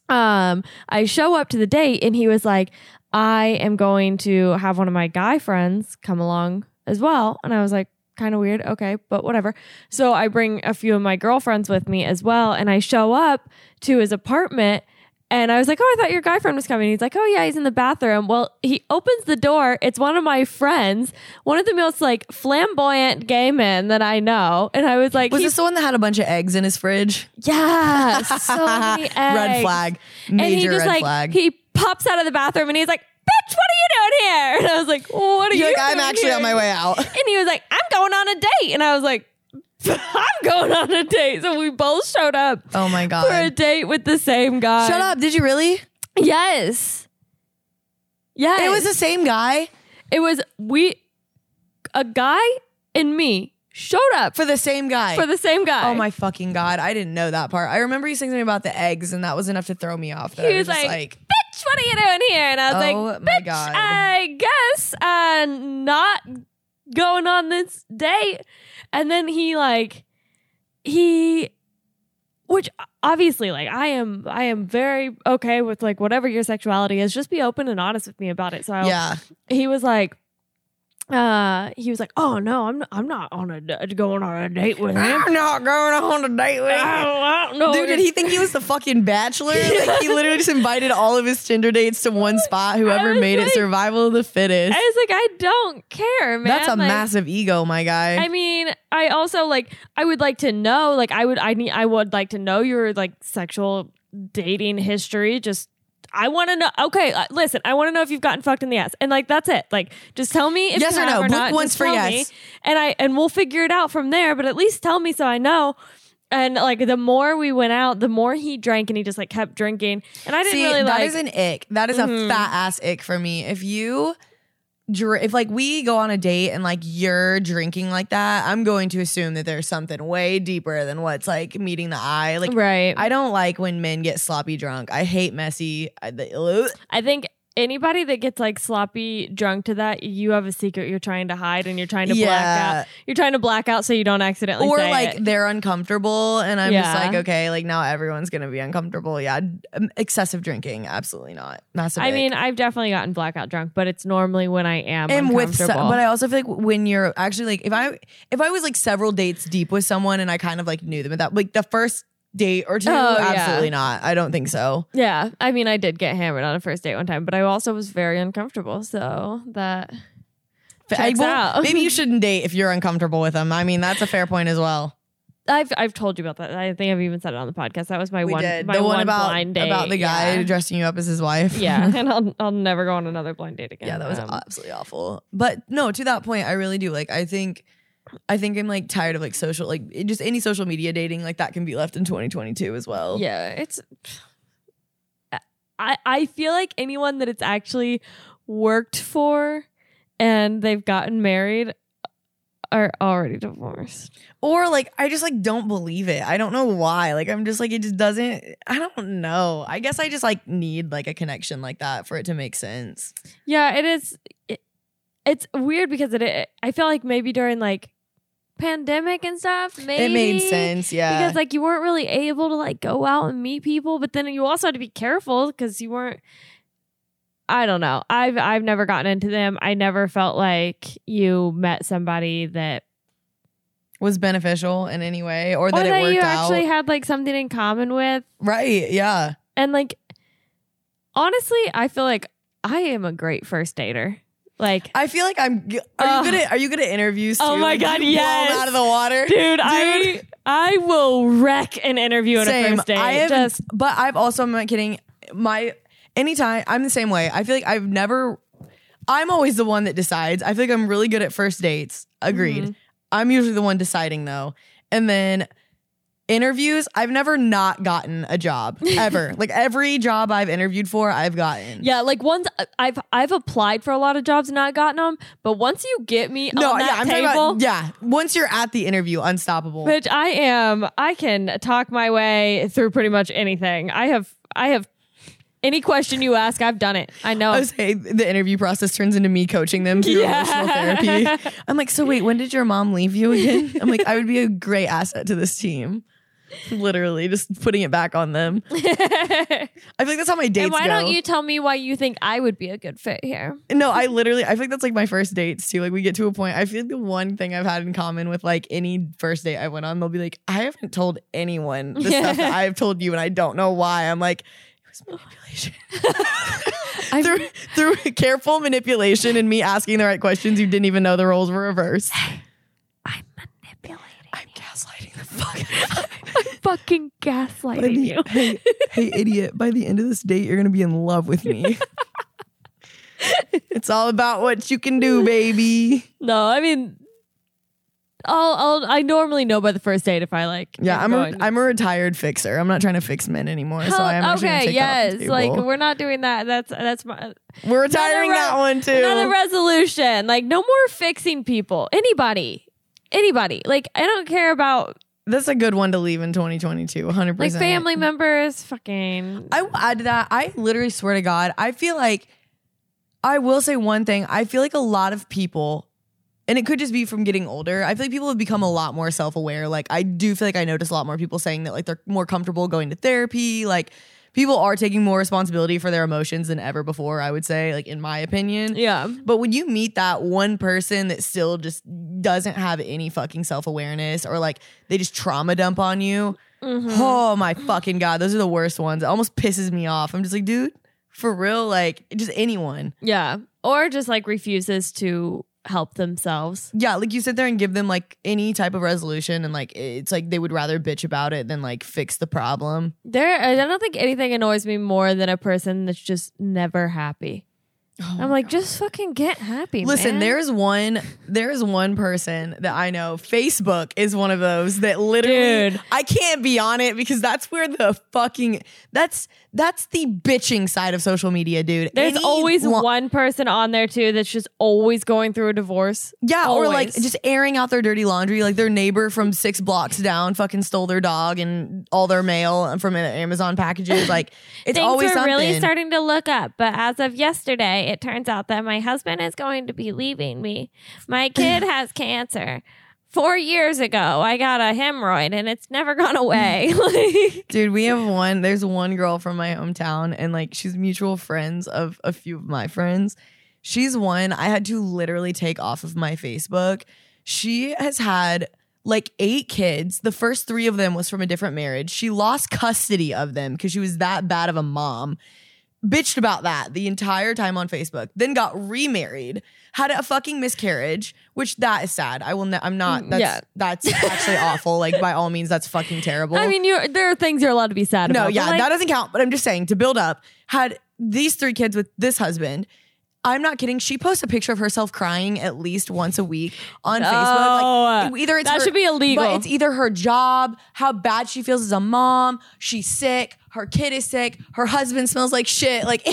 Speaker 1: um, I show up to the date and he was like, I am going to have one of my guy friends come along as well. And I was like, kind of weird. Okay, but whatever. So I bring a few of my girlfriends with me as well. And I show up to his apartment and I was like, oh, I thought your guy friend was coming. He's like, oh, yeah, he's in the bathroom. Well, he opens the door. It's one of my friends, one of the most like flamboyant gay men that I know. And I was like,
Speaker 2: was
Speaker 1: "He
Speaker 2: this the one that had a bunch of eggs in his fridge?
Speaker 1: yeah, so many eggs.
Speaker 2: Red flag. Major
Speaker 1: and he just
Speaker 2: red
Speaker 1: like
Speaker 2: flag.
Speaker 1: he pops out of the bathroom and he's like, "Bitch, what are you doing here?" And I was like, "What are
Speaker 2: You're
Speaker 1: you?"
Speaker 2: like, I'm
Speaker 1: doing
Speaker 2: actually
Speaker 1: here?"
Speaker 2: on my way out.
Speaker 1: And he was like, "I'm going on a date," and I was like, "I'm going on a date." So we both showed up
Speaker 2: Oh my God.
Speaker 1: for a date with the same guy.
Speaker 2: Shut up. Did you really?
Speaker 1: Yes. Yes.
Speaker 2: It was the same guy
Speaker 1: it was we a guy and me showed up
Speaker 2: for the same guy.
Speaker 1: for the same guy.
Speaker 2: Oh my fucking god! I didn't know that part. I remember you saying something about the eggs, and that was enough to throw me off. That
Speaker 1: He
Speaker 2: I
Speaker 1: was
Speaker 2: was just
Speaker 1: like,
Speaker 2: like,
Speaker 1: bitch, what are you doing here? And I was
Speaker 2: Oh
Speaker 1: like,
Speaker 2: my
Speaker 1: bitch,
Speaker 2: God.
Speaker 1: I guess uh, not going on this date. And then he like, he, which obviously like I am, I am very okay with like whatever your sexuality is. Just be open and honest with me about it. So I,
Speaker 2: yeah,
Speaker 1: he was like, uh, he was like, oh no, I'm I'm not on a d- going on a date with him.
Speaker 2: I'm not going on a date with
Speaker 1: I
Speaker 2: you.
Speaker 1: don't, I don't know.
Speaker 2: Dude, did he think he was the fucking bachelor? Like he literally just invited all of his Tinder dates to one spot. Whoever
Speaker 1: was
Speaker 2: made it
Speaker 1: like-
Speaker 2: survival of the fittest.
Speaker 1: I was like, I don't care, man.
Speaker 2: That's a
Speaker 1: Like,
Speaker 2: massive ego, my guy.
Speaker 1: I mean, I also like I would like to know like I would I need I would like to know your like sexual dating history just I want to know. Okay, uh, listen. I want to know if you've gotten fucked in the ass, and like that's it. Like, just tell me if
Speaker 2: Yes
Speaker 1: you
Speaker 2: or
Speaker 1: have
Speaker 2: no.
Speaker 1: Or
Speaker 2: Blink
Speaker 1: not.
Speaker 2: once
Speaker 1: Just
Speaker 2: for
Speaker 1: tell
Speaker 2: yes.
Speaker 1: me, and I and we'll figure it out from there. But at least tell me so I know. And like the more we went out, the more he drank, and he just like kept drinking, and I didn't
Speaker 2: See,
Speaker 1: really
Speaker 2: that
Speaker 1: like.
Speaker 2: is an ick. That is a
Speaker 1: Mhm.
Speaker 2: fat ass ick for me. If you, dr- if like we go on a date and like you're drinking like that, I'm going to assume that there's something way deeper than what's like meeting the eye. Like
Speaker 1: Right.
Speaker 2: I don't like when men get sloppy drunk. I hate messy. I, the, ugh.
Speaker 1: I think anybody that gets like sloppy drunk to that, you have a secret you're trying to hide and you're trying to
Speaker 2: Yeah.
Speaker 1: black out. You're trying to black out so you don't accidentally
Speaker 2: or
Speaker 1: say
Speaker 2: like
Speaker 1: it.
Speaker 2: they're uncomfortable, and I'm just
Speaker 1: Yeah.
Speaker 2: like, okay, like now everyone's gonna be uncomfortable. Yeah, Um, excessive drinking, absolutely not. Massive.
Speaker 1: I
Speaker 2: ick.
Speaker 1: mean, I've definitely gotten blackout drunk, but it's normally when I am
Speaker 2: and with so,
Speaker 1: uncomfortable.
Speaker 2: but I also feel like when you're actually like if I if I was like several dates deep with someone and I kind of like knew them at that like the first date or two
Speaker 1: Oh, yeah.
Speaker 2: absolutely not I don't think so
Speaker 1: yeah, I mean, I did get hammered on a first date one time, but I also was very uncomfortable. So that
Speaker 2: F- I
Speaker 1: Checks
Speaker 2: won't-
Speaker 1: out.
Speaker 2: maybe you shouldn't date if you're uncomfortable with them I mean that's a fair point as well
Speaker 1: I've I've told you about that. I think I've even said it on the podcast. That was my
Speaker 2: we
Speaker 1: one
Speaker 2: did
Speaker 1: my
Speaker 2: the one,
Speaker 1: one
Speaker 2: about
Speaker 1: blind date
Speaker 2: about the guy
Speaker 1: Yeah.
Speaker 2: dressing you up as his wife
Speaker 1: yeah, and I'll I'll never go on another blind date again.
Speaker 2: yeah that was
Speaker 1: Um,
Speaker 2: absolutely awful but no to that point I really do like I think I think I'm like tired of like social like it- just any social media dating like that can be left in 2022 as well
Speaker 1: Yeah, it's. I I feel like anyone that it's actually worked for, and they've gotten married, are already divorced.
Speaker 2: Or like I just like don't believe it. I don't know why. Like I'm just like it just doesn't I don't know. I guess I just like need like a connection like that for it to make sense.
Speaker 1: Yeah, it is. It, it's weird because it, it. I feel like maybe during like pandemic and stuff, maybe
Speaker 2: It made sense, yeah.
Speaker 1: Eh, because like you weren't really able to like go out and meet people but then you also had to be careful because you weren't i don't know i've i've never gotten into them i never felt like you met somebody that
Speaker 2: was beneficial in any way or
Speaker 1: or
Speaker 2: that it
Speaker 1: that
Speaker 2: worked
Speaker 1: you
Speaker 2: out.
Speaker 1: actually had like something in common with
Speaker 2: right, yeah.
Speaker 1: and like honestly i feel like I am a great first dater. Like,
Speaker 2: I feel like I'm. g- Are you
Speaker 1: Ugh.
Speaker 2: gonna Are you gonna interview? Stu?
Speaker 1: Oh my
Speaker 2: Like,
Speaker 1: God,
Speaker 2: you blow him
Speaker 1: yes.
Speaker 2: out of the water,
Speaker 1: dude, I I will wreck an interview on a
Speaker 2: Same.
Speaker 1: first date.
Speaker 2: I have,
Speaker 1: Just
Speaker 2: but I've also. I'm not kidding. My anytime I'm the same way. I feel like I've never. I'm always the one that decides. I feel like I'm really good at first dates.
Speaker 1: Mm-hmm.
Speaker 2: Agreed. I'm usually the one deciding though, and then interviews. I've never not gotten a job ever. like every job I've interviewed for, I've gotten.
Speaker 1: yeah, like once uh, I've I've applied for a lot of jobs and not gotten them, but once you get me on that
Speaker 2: talking
Speaker 1: table,
Speaker 2: about yeah. Once you're at the interview, unstoppable.
Speaker 1: Which I am. I can talk my way through pretty much anything. I have. I have. Any question you ask, I've done it. I know.
Speaker 2: I was hey, the interview process turns into me coaching them through
Speaker 1: Um, Yeah.
Speaker 2: emotional therapy. I'm like, so wait, when did your mom leave you again? I'm like, I would be a great asset to this team. Literally, just putting it back on them. I feel like that's how my dates
Speaker 1: and why
Speaker 2: go.
Speaker 1: don't you tell me why you think I would be a good fit here?
Speaker 2: No, I literally, I feel like that's like my first dates too. Like we get to a point. I feel like the one thing I've had in common with like any first date I went on, they'll be like, I haven't told anyone the stuff that I've told you, and I don't know why. I'm like, it was manipulation.
Speaker 1: I'm-
Speaker 2: through through careful manipulation and me asking the right questions, you didn't even know the roles were reversed.
Speaker 1: I'm manipulating.
Speaker 2: I'm gaslighting the fuck.
Speaker 1: Fucking gaslighting
Speaker 2: By the-
Speaker 1: you.
Speaker 2: hey, hey, idiot! By the end of this date, you're gonna be in love with me. it's all about what you can do, baby.
Speaker 1: No, I mean, I'll, I'll. I normally know by the first date if I like.
Speaker 2: Yeah, I'm
Speaker 1: going.
Speaker 2: a, I'm a retired fixer. I'm not trying to fix men anymore, so
Speaker 1: Hell,
Speaker 2: I'm actually gonna
Speaker 1: okay.
Speaker 2: take that
Speaker 1: Yes,
Speaker 2: off the
Speaker 1: like
Speaker 2: table.
Speaker 1: we're not doing that. That's that's my
Speaker 2: we're retiring
Speaker 1: re-
Speaker 2: that one
Speaker 1: Another
Speaker 2: too.
Speaker 1: resolution. Like no more fixing people. Anybody. Anybody. Like I don't care about
Speaker 2: That's a good one to leave in 2022. 100.
Speaker 1: like
Speaker 2: percent
Speaker 1: family members. Fucking
Speaker 2: I will add to that. I literally swear to God, I feel like I will say one thing. I feel like a lot of people, and it could just be from getting older. I feel like people have become a lot more self aware. Like I do feel like I notice a lot more people saying that like they're more comfortable going to therapy. Like people are taking more responsibility for their emotions than ever before. I would say, like in my opinion.
Speaker 1: yeah.
Speaker 2: But when you meet that one person that still just doesn't have any fucking self awareness or like they just trauma dump on you,
Speaker 1: Mm-hmm. Mm.
Speaker 2: oh my fucking God, those are the worst ones. It almost pisses me off. I'm just like, dude, for real, like just anyone.
Speaker 1: Yeah. Or just like refuses to help themselves.
Speaker 2: Yeah, like you sit there and give them like any type of resolution and like it's like they would rather bitch about it than like fix the problem.
Speaker 1: There I don't think anything annoys me more than a person that's just never happy. I'm like, just fucking get happy.
Speaker 2: Oh Listen,
Speaker 1: man.
Speaker 2: there's one there's one person that I know. Facebook is one of those that literally
Speaker 1: Dude.
Speaker 2: I can't be on it because that's where the fucking that's that's the bitching side of social media, dude.
Speaker 1: there's
Speaker 2: Any
Speaker 1: always
Speaker 2: lo-
Speaker 1: one person on there too that's just always going through a divorce.
Speaker 2: Yeah, or like
Speaker 1: Always.
Speaker 2: just airing out their dirty laundry. Like their neighbor from six blocks down fucking stole their dog and all their mail from Amazon packages. Like it's
Speaker 1: things
Speaker 2: always
Speaker 1: were
Speaker 2: something.
Speaker 1: really starting to look up. But as of yesterday, it turns out that my husband is going to be leaving me. My kid has cancer. Four years ago, I got a hemorrhoid and it's never gone away. like,
Speaker 2: Dude, we have one. There's one girl from my hometown, and like she's mutual friends of a few of my friends. She's one I had to literally take off of my Facebook. She has had like eight kids. The first three of them was from a different marriage. She lost custody of them because she was that bad of a mom. Bitched about that the entire time on Facebook. Then got remarried. Had a fucking miscarriage, which that is sad. I will. Ne- I'm not.
Speaker 1: Mm,
Speaker 2: That's
Speaker 1: yeah.
Speaker 2: that's actually awful. Like by all means, that's fucking terrible.
Speaker 1: I mean, you there are things you're allowed to be sad about.
Speaker 2: No,
Speaker 1: but,
Speaker 2: yeah,
Speaker 1: like,
Speaker 2: that doesn't count. But I'm just saying to build up, had these three kids with this husband. I'm not kidding. She posts a picture of herself crying at least once a week on Facebook.
Speaker 1: No.
Speaker 2: Like, either it's
Speaker 1: That
Speaker 2: her-
Speaker 1: should be illegal.
Speaker 2: But it's either her job, how bad she feels as a mom, she's sick, her kid is sick, her husband smells like shit, like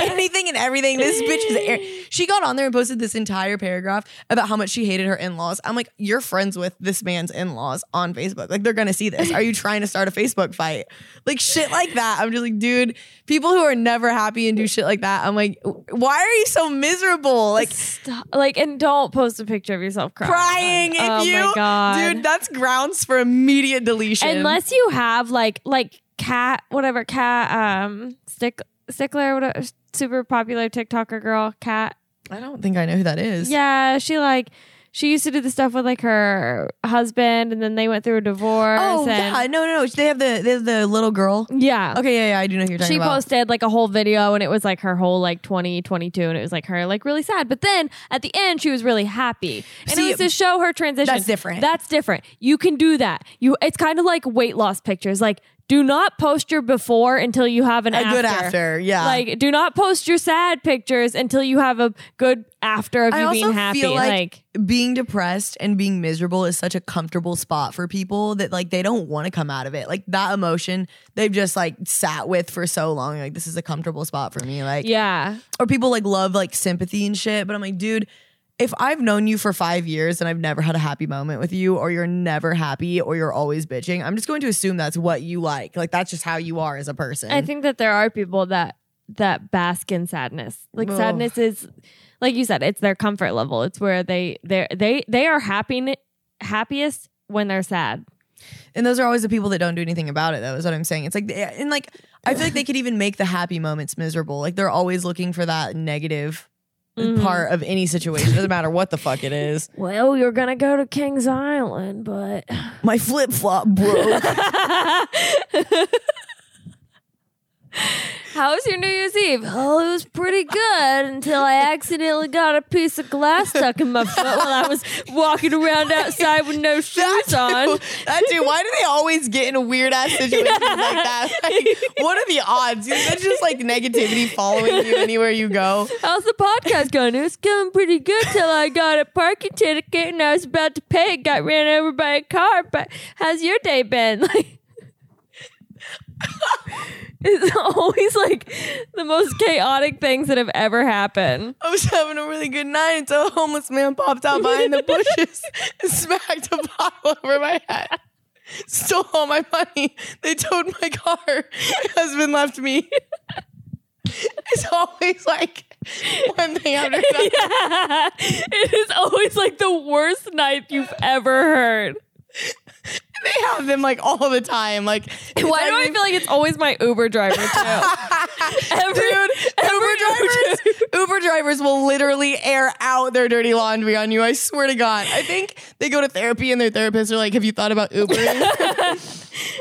Speaker 2: anything and everything. This bitch is. air- She got on there and posted this entire paragraph about how much she hated her in laws. I'm like, you're friends with this man's in laws on Facebook. Like, they're gonna see this. Are you trying to start a Facebook fight? Like shit like that. I'm just like, dude, people who are never happy and do shit like that. I'm like, why are you so miserable? Like
Speaker 1: stop, like, and don't post a picture of yourself crying.
Speaker 2: crying if
Speaker 1: oh
Speaker 2: you,
Speaker 1: my god,
Speaker 2: dude, that's grounds for immediate deletion.
Speaker 1: Unless you have like like cat whatever cat um stick stickler whatever super popular TikToker girl cat
Speaker 2: I don't think I know who that is.
Speaker 1: Yeah, she like she used to do the stuff with like her husband, and then they went through a divorce. and,
Speaker 2: Oh yeah, no, no, no. They have the they have the little girl.
Speaker 1: yeah.
Speaker 2: Okay, yeah, yeah. I do know who you're talking
Speaker 1: She
Speaker 2: about.
Speaker 1: posted like a whole video, and it was like her whole like 2022, and it was like her like really sad. But then at the end, she was really happy, and
Speaker 2: See,
Speaker 1: it was to show her transition.
Speaker 2: that's different.
Speaker 1: That's different. You can do that. You. It's kind of like weight loss pictures. Like, do not post your before until you have an
Speaker 2: a
Speaker 1: after.
Speaker 2: good after, yeah.
Speaker 1: Like, do not post your sad pictures until you have a good after of
Speaker 2: I
Speaker 1: you
Speaker 2: also
Speaker 1: being happy.
Speaker 2: feel like,
Speaker 1: like
Speaker 2: being depressed and being miserable is such a comfortable spot for people that like they don't want to come out of it. Like that emotion they've just like sat with for so long. Like this is a comfortable spot for me. Like
Speaker 1: yeah.
Speaker 2: or people like love like sympathy and shit. But I'm like, dude, if I've known you for five years and I've never had a happy moment with you, or you're never happy, or you're always bitching, I'm just going to assume that's what you like. Like that's just how you are as a person.
Speaker 1: I think that there are people that that bask in sadness. Like
Speaker 2: Ugh.
Speaker 1: sadness is like you said, it's their comfort level. It's where they they they they are happy happiest when they're sad.
Speaker 2: and those are always the people that don't do anything about it. Though is what I'm saying. It's like, eh, and like, I feel like they could even make the happy moments miserable. Like they're always looking for that negative
Speaker 1: Mhm.
Speaker 2: part of any situation. doesn't matter what the fuck it is.
Speaker 1: Well, you're gonna go to King's Island, but
Speaker 2: My flip flop broke.
Speaker 1: How was your New Year's Eve? Oh, it was pretty good until I accidentally got a piece of glass stuck in my foot while I was walking around outside with no
Speaker 2: That
Speaker 1: shoes
Speaker 2: too.
Speaker 1: on.
Speaker 2: That too. Why do they always get in weird ass situations like that? Like, what are the odds? You- That's just like negativity following you anywhere you go.
Speaker 1: How's the podcast going? It was going pretty good till I got a parking ticket and I was about to pay. Got ran over by a car. But how's your day been? Like, it's always like the most chaotic things that have ever happened.
Speaker 2: I was having a really good night until a homeless man popped out behind the bushes and smacked a bottle over my head. Stole all my money. They towed my car. My husband left me. It's always like one thing after another.
Speaker 1: Yeah. It is always like the worst night you've ever heard.
Speaker 2: They have them like all the time. Like
Speaker 1: Why do I feel like it's always my Uber driver too? Every,
Speaker 2: Dude, Uber drivers, Uber drivers will literally air out their dirty laundry on you. I swear to God. I think they go to therapy and their therapists are like, "Have you thought about Ubering?"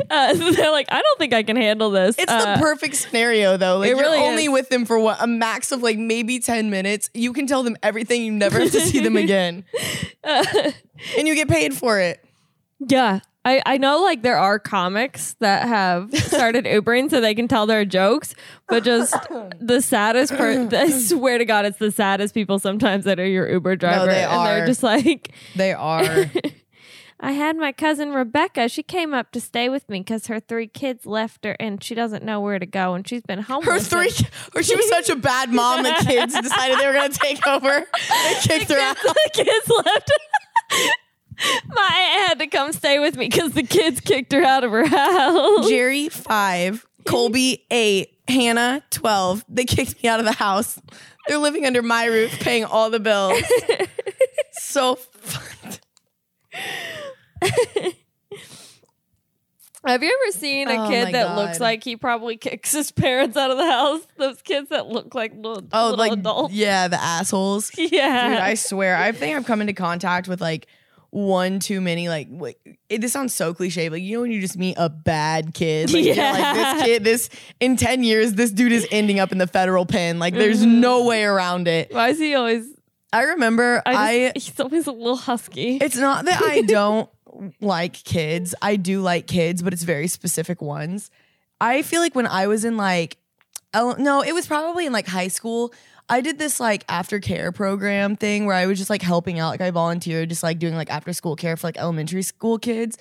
Speaker 1: Uh, they're like, I don't think I can handle this.
Speaker 2: it's
Speaker 1: Uh,
Speaker 2: the perfect scenario though. Like
Speaker 1: it really
Speaker 2: you're only
Speaker 1: is.
Speaker 2: with them for what a max of like maybe ten minutes. You can tell them everything. You never have to see them again,
Speaker 1: Uh,
Speaker 2: and you get paid for it.
Speaker 1: Yeah. I, I know like there are comics that have started Ubering so they can tell their jokes, but just the saddest part, I swear to God, it's the saddest people sometimes that are your Uber driver.
Speaker 2: they
Speaker 1: and
Speaker 2: are.
Speaker 1: they're just like,
Speaker 2: They are.
Speaker 1: I had my cousin Rebecca. She came up to stay with me because her three kids left her and she doesn't know where to go and she's been homeless.
Speaker 2: Her three,
Speaker 1: since-
Speaker 2: or she was such a bad mom that kids decided they were gonna take over. They kicked her out.
Speaker 1: the kids left. my aunt had to come stay with me because the kids kicked her out of her house.
Speaker 2: Jerry five, Colby eight, Hannah twelve. They kicked me out of the house. They're living under my roof, paying all the bills. so fun.
Speaker 1: Have you ever seen a
Speaker 2: Oh my
Speaker 1: kid that
Speaker 2: God.
Speaker 1: looks like he probably kicks his parents out of the house? Those kids that look like little,
Speaker 2: Oh,
Speaker 1: little
Speaker 2: like
Speaker 1: adults.
Speaker 2: yeah, the assholes. Dude,
Speaker 1: Yeah.
Speaker 2: I swear, I think I've come into contact with like one too many. Like wait, it, this sounds so cliche, but you know when you just meet a bad kid, like, yeah. like this
Speaker 1: Yeah.
Speaker 2: kid, this in ten years, this dude is ending up in the federal pen. Like there's
Speaker 1: Mm-hmm.
Speaker 2: no way around it.
Speaker 1: Why is he always?
Speaker 2: I remember
Speaker 1: I,
Speaker 2: I
Speaker 1: just, he's always a little husky.
Speaker 2: It's not that I don't like kids. I do like kids, but it's very specific ones. I feel like when I was in like, ele- no, it was probably in like high school. I did this like aftercare program thing where I was just like helping out. Like I volunteered, just like doing like after school care for like elementary school kids.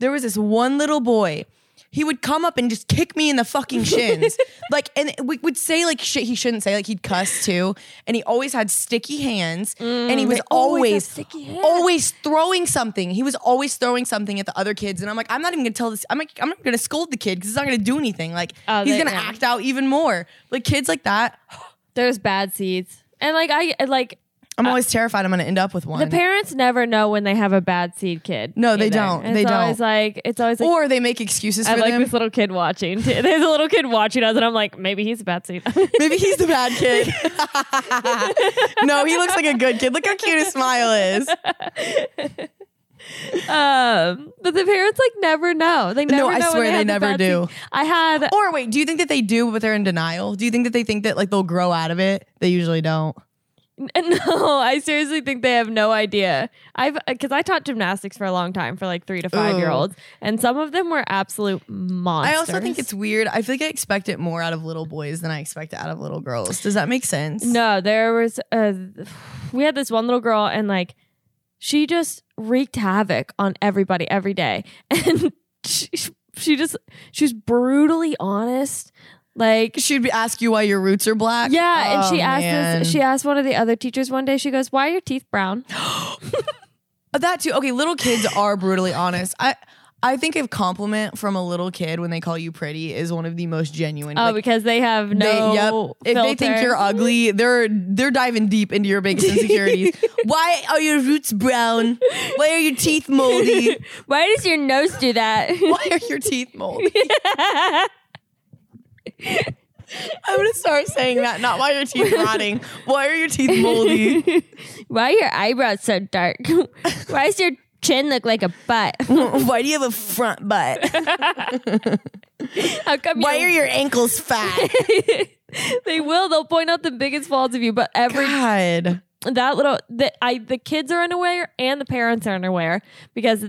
Speaker 2: There was this one little boy. He would come up and just kick me in the fucking shins. like, and we would say like shit he shouldn't say. Like he'd cuss too. And he always had sticky hands. and Mm, he was always always throwing something. He was always throwing something at the other kids, and I'm like, I'm not even gonna tell this. I'm like, I'm not gonna scold the kid because he's not gonna do anything. Like
Speaker 1: Oh,
Speaker 2: he's
Speaker 1: they-
Speaker 2: gonna
Speaker 1: yeah.
Speaker 2: act out even more. Like kids like that.
Speaker 1: There's bad seeds, and like I like
Speaker 2: I'm always terrified I'm going to end up with one.
Speaker 1: Uh, The parents never know when they have a bad seed kid.
Speaker 2: No, they
Speaker 1: either.
Speaker 2: don't.
Speaker 1: And
Speaker 2: They
Speaker 1: it's
Speaker 2: don't.
Speaker 1: always like it's always like
Speaker 2: or they make excuses
Speaker 1: I
Speaker 2: for
Speaker 1: like
Speaker 2: them.
Speaker 1: this little kid watching. too. There's a little kid watching us, and I'm like, maybe he's a bad seed.
Speaker 2: Maybe he's the bad kid. no, he looks like a good kid. Look how cute his smile is.
Speaker 1: um, but the parents like never know. They never
Speaker 2: No, I
Speaker 1: know when
Speaker 2: swear they
Speaker 1: have the
Speaker 2: never
Speaker 1: bad
Speaker 2: do.
Speaker 1: seed. I had
Speaker 2: Or wait, do you think that they do, but they're in denial? Do you think that they think that like they'll grow out of it? They usually don't.
Speaker 1: no. I seriously think they have no idea. I've because I taught gymnastics for a long time for like three to five
Speaker 2: Ooh.
Speaker 1: year olds, and some of them were absolute monsters.
Speaker 2: I also think it's weird. I feel like I expect it more out of little boys than I expect it out of little girls. Does that make sense?
Speaker 1: No, there was uh we had this one little girl and like she just wreaked havoc on everybody every day. And she, she just she's brutally honest. Like
Speaker 2: She'd be ask you why your roots are black.
Speaker 1: yeah, and
Speaker 2: Oh,
Speaker 1: she asked
Speaker 2: man.
Speaker 1: this, she asked one of the other teachers one day. She goes, "Why are your teeth brown?"
Speaker 2: But That too. Okay, little kids are brutally honest. I I think a compliment from a little kid when they call you pretty is one of the most genuine.
Speaker 1: Oh,
Speaker 2: like,
Speaker 1: because they have
Speaker 2: they-
Speaker 1: no.
Speaker 2: If they think
Speaker 1: filter.
Speaker 2: you're ugly, they're they're diving deep into your biggest insecurities. Why are your roots brown? Why are your teeth moldy?
Speaker 1: why does your nose do that?
Speaker 2: Why are your teeth moldy? I'm gonna start saying that. Not why are your teeth rotting. Why are your teeth moldy?
Speaker 1: why are your eyebrows so dark? why does your chin look like a butt?
Speaker 2: Why do you have a front butt?
Speaker 1: How come
Speaker 2: Why
Speaker 1: your-
Speaker 2: are your ankles fat?
Speaker 1: they will. They'll point out the biggest faults of you. But every
Speaker 2: God.
Speaker 1: that little that I the kids are unaware and the parents are unaware because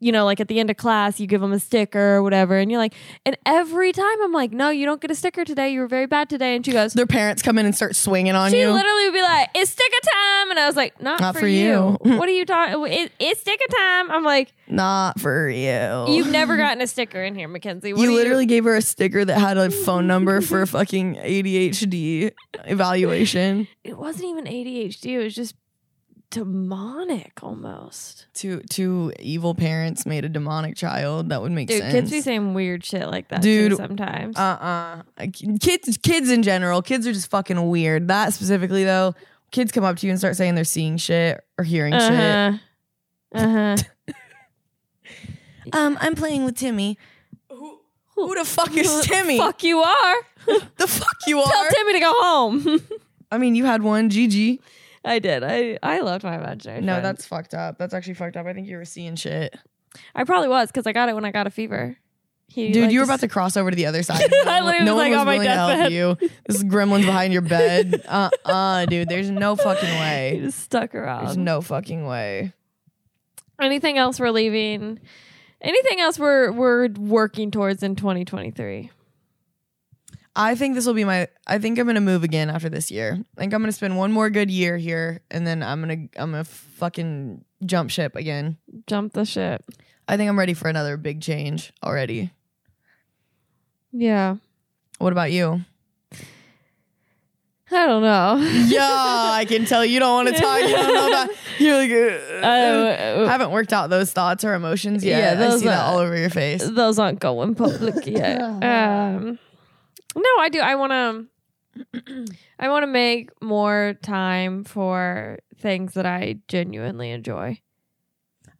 Speaker 1: you know like at the end of class you give them a sticker or whatever and you're like and every time I'm like no you don't get a sticker today you were very bad today and she goes
Speaker 2: Their parents come in and start swinging on
Speaker 1: she
Speaker 2: you.
Speaker 1: literally would be like it's sticker time and I was like not,
Speaker 2: Not
Speaker 1: for,
Speaker 2: for
Speaker 1: you,
Speaker 2: you.
Speaker 1: what are you talking it, it's sticker time I'm like
Speaker 2: Not for you.
Speaker 1: you've never gotten a sticker in here Mackenzie what
Speaker 2: Oh. You
Speaker 1: are
Speaker 2: literally gave her a sticker that had a phone number for a fucking ADHD evaluation.
Speaker 1: it wasn't even ADHD it was just demonic almost
Speaker 2: Two two evil parents made a demonic child. That would make
Speaker 1: Dude,
Speaker 2: sense.
Speaker 1: kids be saying weird shit like that
Speaker 2: Dude,
Speaker 1: too sometimes.
Speaker 2: uh-uh. Kids kids in general, kids are just fucking weird. That specifically though, kids come up to you and start saying they're seeing shit or hearing shit.
Speaker 1: Uh-huh. Uh-huh.
Speaker 2: Um, I'm playing with Timmy. Who, who the fuck is Timmy?
Speaker 1: Fuck you are.
Speaker 2: The fuck you
Speaker 1: Tell
Speaker 2: are.
Speaker 1: Timmy to go home.
Speaker 2: I mean, you had one, GG.
Speaker 1: I did. I I loved my imaginary.
Speaker 2: No,
Speaker 1: friend.
Speaker 2: that's fucked up. That's actually fucked up. I think you were seeing shit.
Speaker 1: I probably was because I got it when I got a fever. He,
Speaker 2: Dude,
Speaker 1: like,
Speaker 2: you were about
Speaker 1: just-
Speaker 2: to cross over to the other side.
Speaker 1: I literally was like,
Speaker 2: one
Speaker 1: on my
Speaker 2: willing to help
Speaker 1: deathbed.
Speaker 2: you. This gremlin's behind your bed. Uh uh dude. There's no fucking
Speaker 1: He
Speaker 2: way.
Speaker 1: just stuck
Speaker 2: There's
Speaker 1: around.
Speaker 2: no fucking way.
Speaker 1: Anything else we're leaving? Anything else we're we're working towards in 2023?
Speaker 2: I think this will be my. I think I'm gonna move again after this year. I think I'm gonna spend one more good year here, and then I'm gonna I'm gonna fucking jump ship again.
Speaker 1: Jump the ship.
Speaker 2: I think I'm ready for another big change already.
Speaker 1: Yeah.
Speaker 2: What about you?
Speaker 1: I don't know.
Speaker 2: yeah, I can tell you don't want to talk. You don't know about. You're like.
Speaker 1: Uh, uh,
Speaker 2: I haven't worked out those thoughts or emotions yet.
Speaker 1: Yeah,
Speaker 2: I
Speaker 1: those
Speaker 2: see that
Speaker 1: are-
Speaker 2: all over your face.
Speaker 1: those aren't going public yet. um, no, I do. I want to. I want to make more time for things that I genuinely enjoy.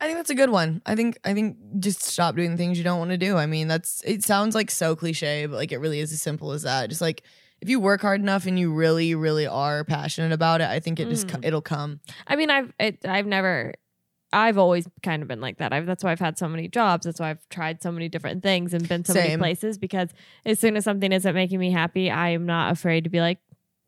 Speaker 2: I think that's a good one. I think I think just stop doing things you don't want to do. I mean, that's it sounds like so cliche, but like it really is as simple as that. Just like if you work hard enough and you really really are passionate about it, I think it just co-
Speaker 1: Mhm.
Speaker 2: it'll come.
Speaker 1: I mean, I've it, I've never. I've always kind of been like that. I've, that's why I've had so many jobs. That's why I've tried so many different things and been so many
Speaker 2: Same.
Speaker 1: places because as soon as something isn't making me happy, I am not afraid to be like,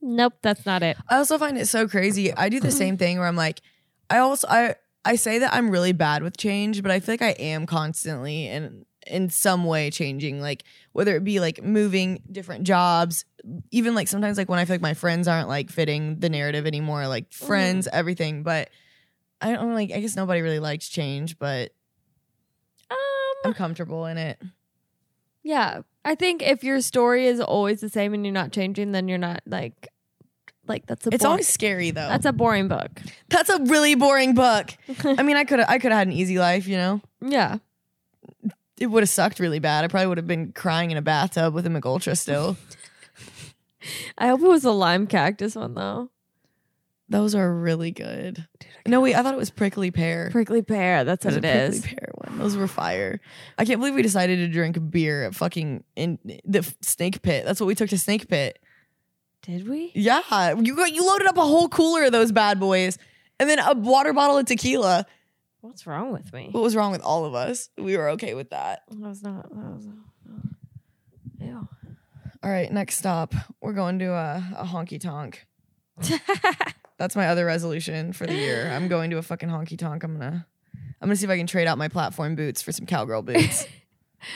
Speaker 1: nope, that's not it.
Speaker 2: I also find it so crazy. I do the same thing where I'm like I also I I say that I'm really bad with change, but I feel like I am constantly and in some way changing like whether it be like moving different jobs even like sometimes like when i feel like my friends aren't like fitting the narrative anymore like
Speaker 1: Mm-hmm.
Speaker 2: friends everything but i don't like i guess nobody really likes change but
Speaker 1: Um,
Speaker 2: i'm comfortable in it
Speaker 1: Yeah. I think if your story is always the same and you're not changing, then you're not like like that's a
Speaker 2: it's
Speaker 1: boring,
Speaker 2: always scary though
Speaker 1: that's
Speaker 2: that's a,
Speaker 1: a boring book.
Speaker 2: really boring book i mean i could i could have had an easy life you know
Speaker 1: Yeah.
Speaker 2: it would have sucked really bad i probably would have been crying in a bathtub with a mcultra still
Speaker 1: I hope it was a lime cactus one though.
Speaker 2: Those are really good. No, wait, I thought it was prickly pear.
Speaker 1: Prickly pear. That's what it
Speaker 2: There's a
Speaker 1: is.
Speaker 2: Prickly pear one. Those were fire. I can't believe we decided to drink beer at fucking in the f- snake pit. That's what we took to snake pit.
Speaker 1: Did we?
Speaker 2: Yeah, you got you loaded up a whole cooler of those bad boys, and then a water bottle of tequila.
Speaker 1: What's wrong with me?
Speaker 2: What was wrong with all of us? We were okay with that.
Speaker 1: That was not. That was. no. Ew.
Speaker 2: All right, next stop, we're going to a, a honky tonk. That's my other resolution for the year. I'm going to a fucking honky tonk. I'm gonna, I'm gonna see if I can trade out my platform boots for some cowgirl boots.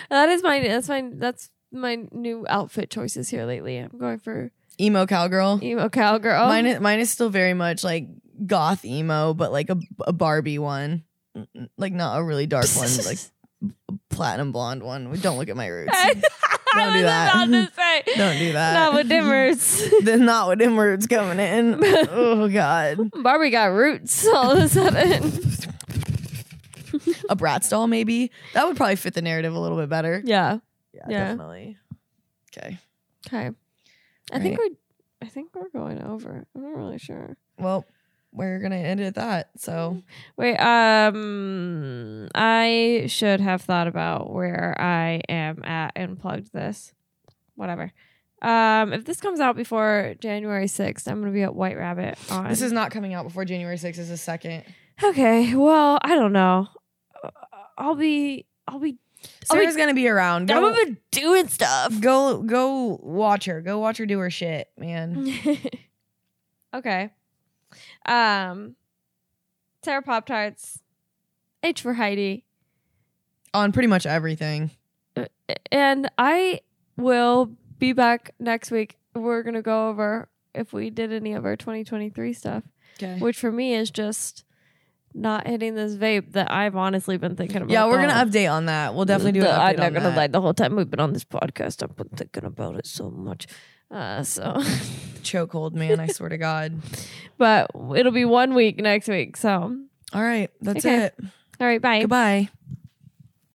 Speaker 1: that is my. That's my. That's my new outfit choices here lately. I'm going for
Speaker 2: emo cowgirl.
Speaker 1: emo cowgirl.
Speaker 2: Mine, is, mine is still very much like goth emo, but like a, a Barbie one, Mm, like not a really dark one, like platinum blonde one. Don't look at my roots.
Speaker 1: I
Speaker 2: Don't do
Speaker 1: was
Speaker 2: that.
Speaker 1: about to say.
Speaker 2: Don't do that.
Speaker 1: Not with dimmers.
Speaker 2: Then not with them words coming in. oh God,
Speaker 1: Barbie got roots all of a sudden.
Speaker 2: a brat doll maybe that would probably fit the narrative a little bit better.
Speaker 1: yeah. Yeah.
Speaker 2: definitely. Okay.
Speaker 1: Okay. I think we're. I think we're going over. I'm not really sure.
Speaker 2: Well, we're gonna end it at that. So
Speaker 1: Wait, um, I should have thought about where I am at and plugged this. Whatever. Um, if this comes out before January 6th, I'm going to be at White Rabbit on.
Speaker 2: this is not coming out before January 6th. Is the second.
Speaker 1: Okay. Well, I don't know. Uh, I'll be, I'll be, I'll be-
Speaker 2: Sarah's gonna be around.
Speaker 1: I'm
Speaker 2: Go,
Speaker 1: gonna be doing stuff.
Speaker 2: go, go watch her. Go watch her do her shit,
Speaker 1: Mm.
Speaker 2: man.
Speaker 1: okay. Um, Sarah Pop Tarts, H for Heidi.
Speaker 2: On pretty much everything.
Speaker 1: and I will be back next week. We're gonna go over if we did any of our 2023 stuff,
Speaker 2: Okay.
Speaker 1: which for me is just not hitting this vape that I've honestly been thinking about.
Speaker 2: Yeah, we're
Speaker 1: the
Speaker 2: gonna
Speaker 1: whole-
Speaker 2: update on that. We'll definitely do an
Speaker 1: the- I'm
Speaker 2: update
Speaker 1: not
Speaker 2: on
Speaker 1: gonna
Speaker 2: that.
Speaker 1: lie. The whole time we've been on this podcast, I've been thinking about it so much. Uh, so,
Speaker 2: Chokehold, man. I swear to God.
Speaker 1: but it'll be one week next week. So, all
Speaker 2: All right, that's
Speaker 1: Okay.
Speaker 2: it.
Speaker 1: right, bye.
Speaker 2: Goodbye.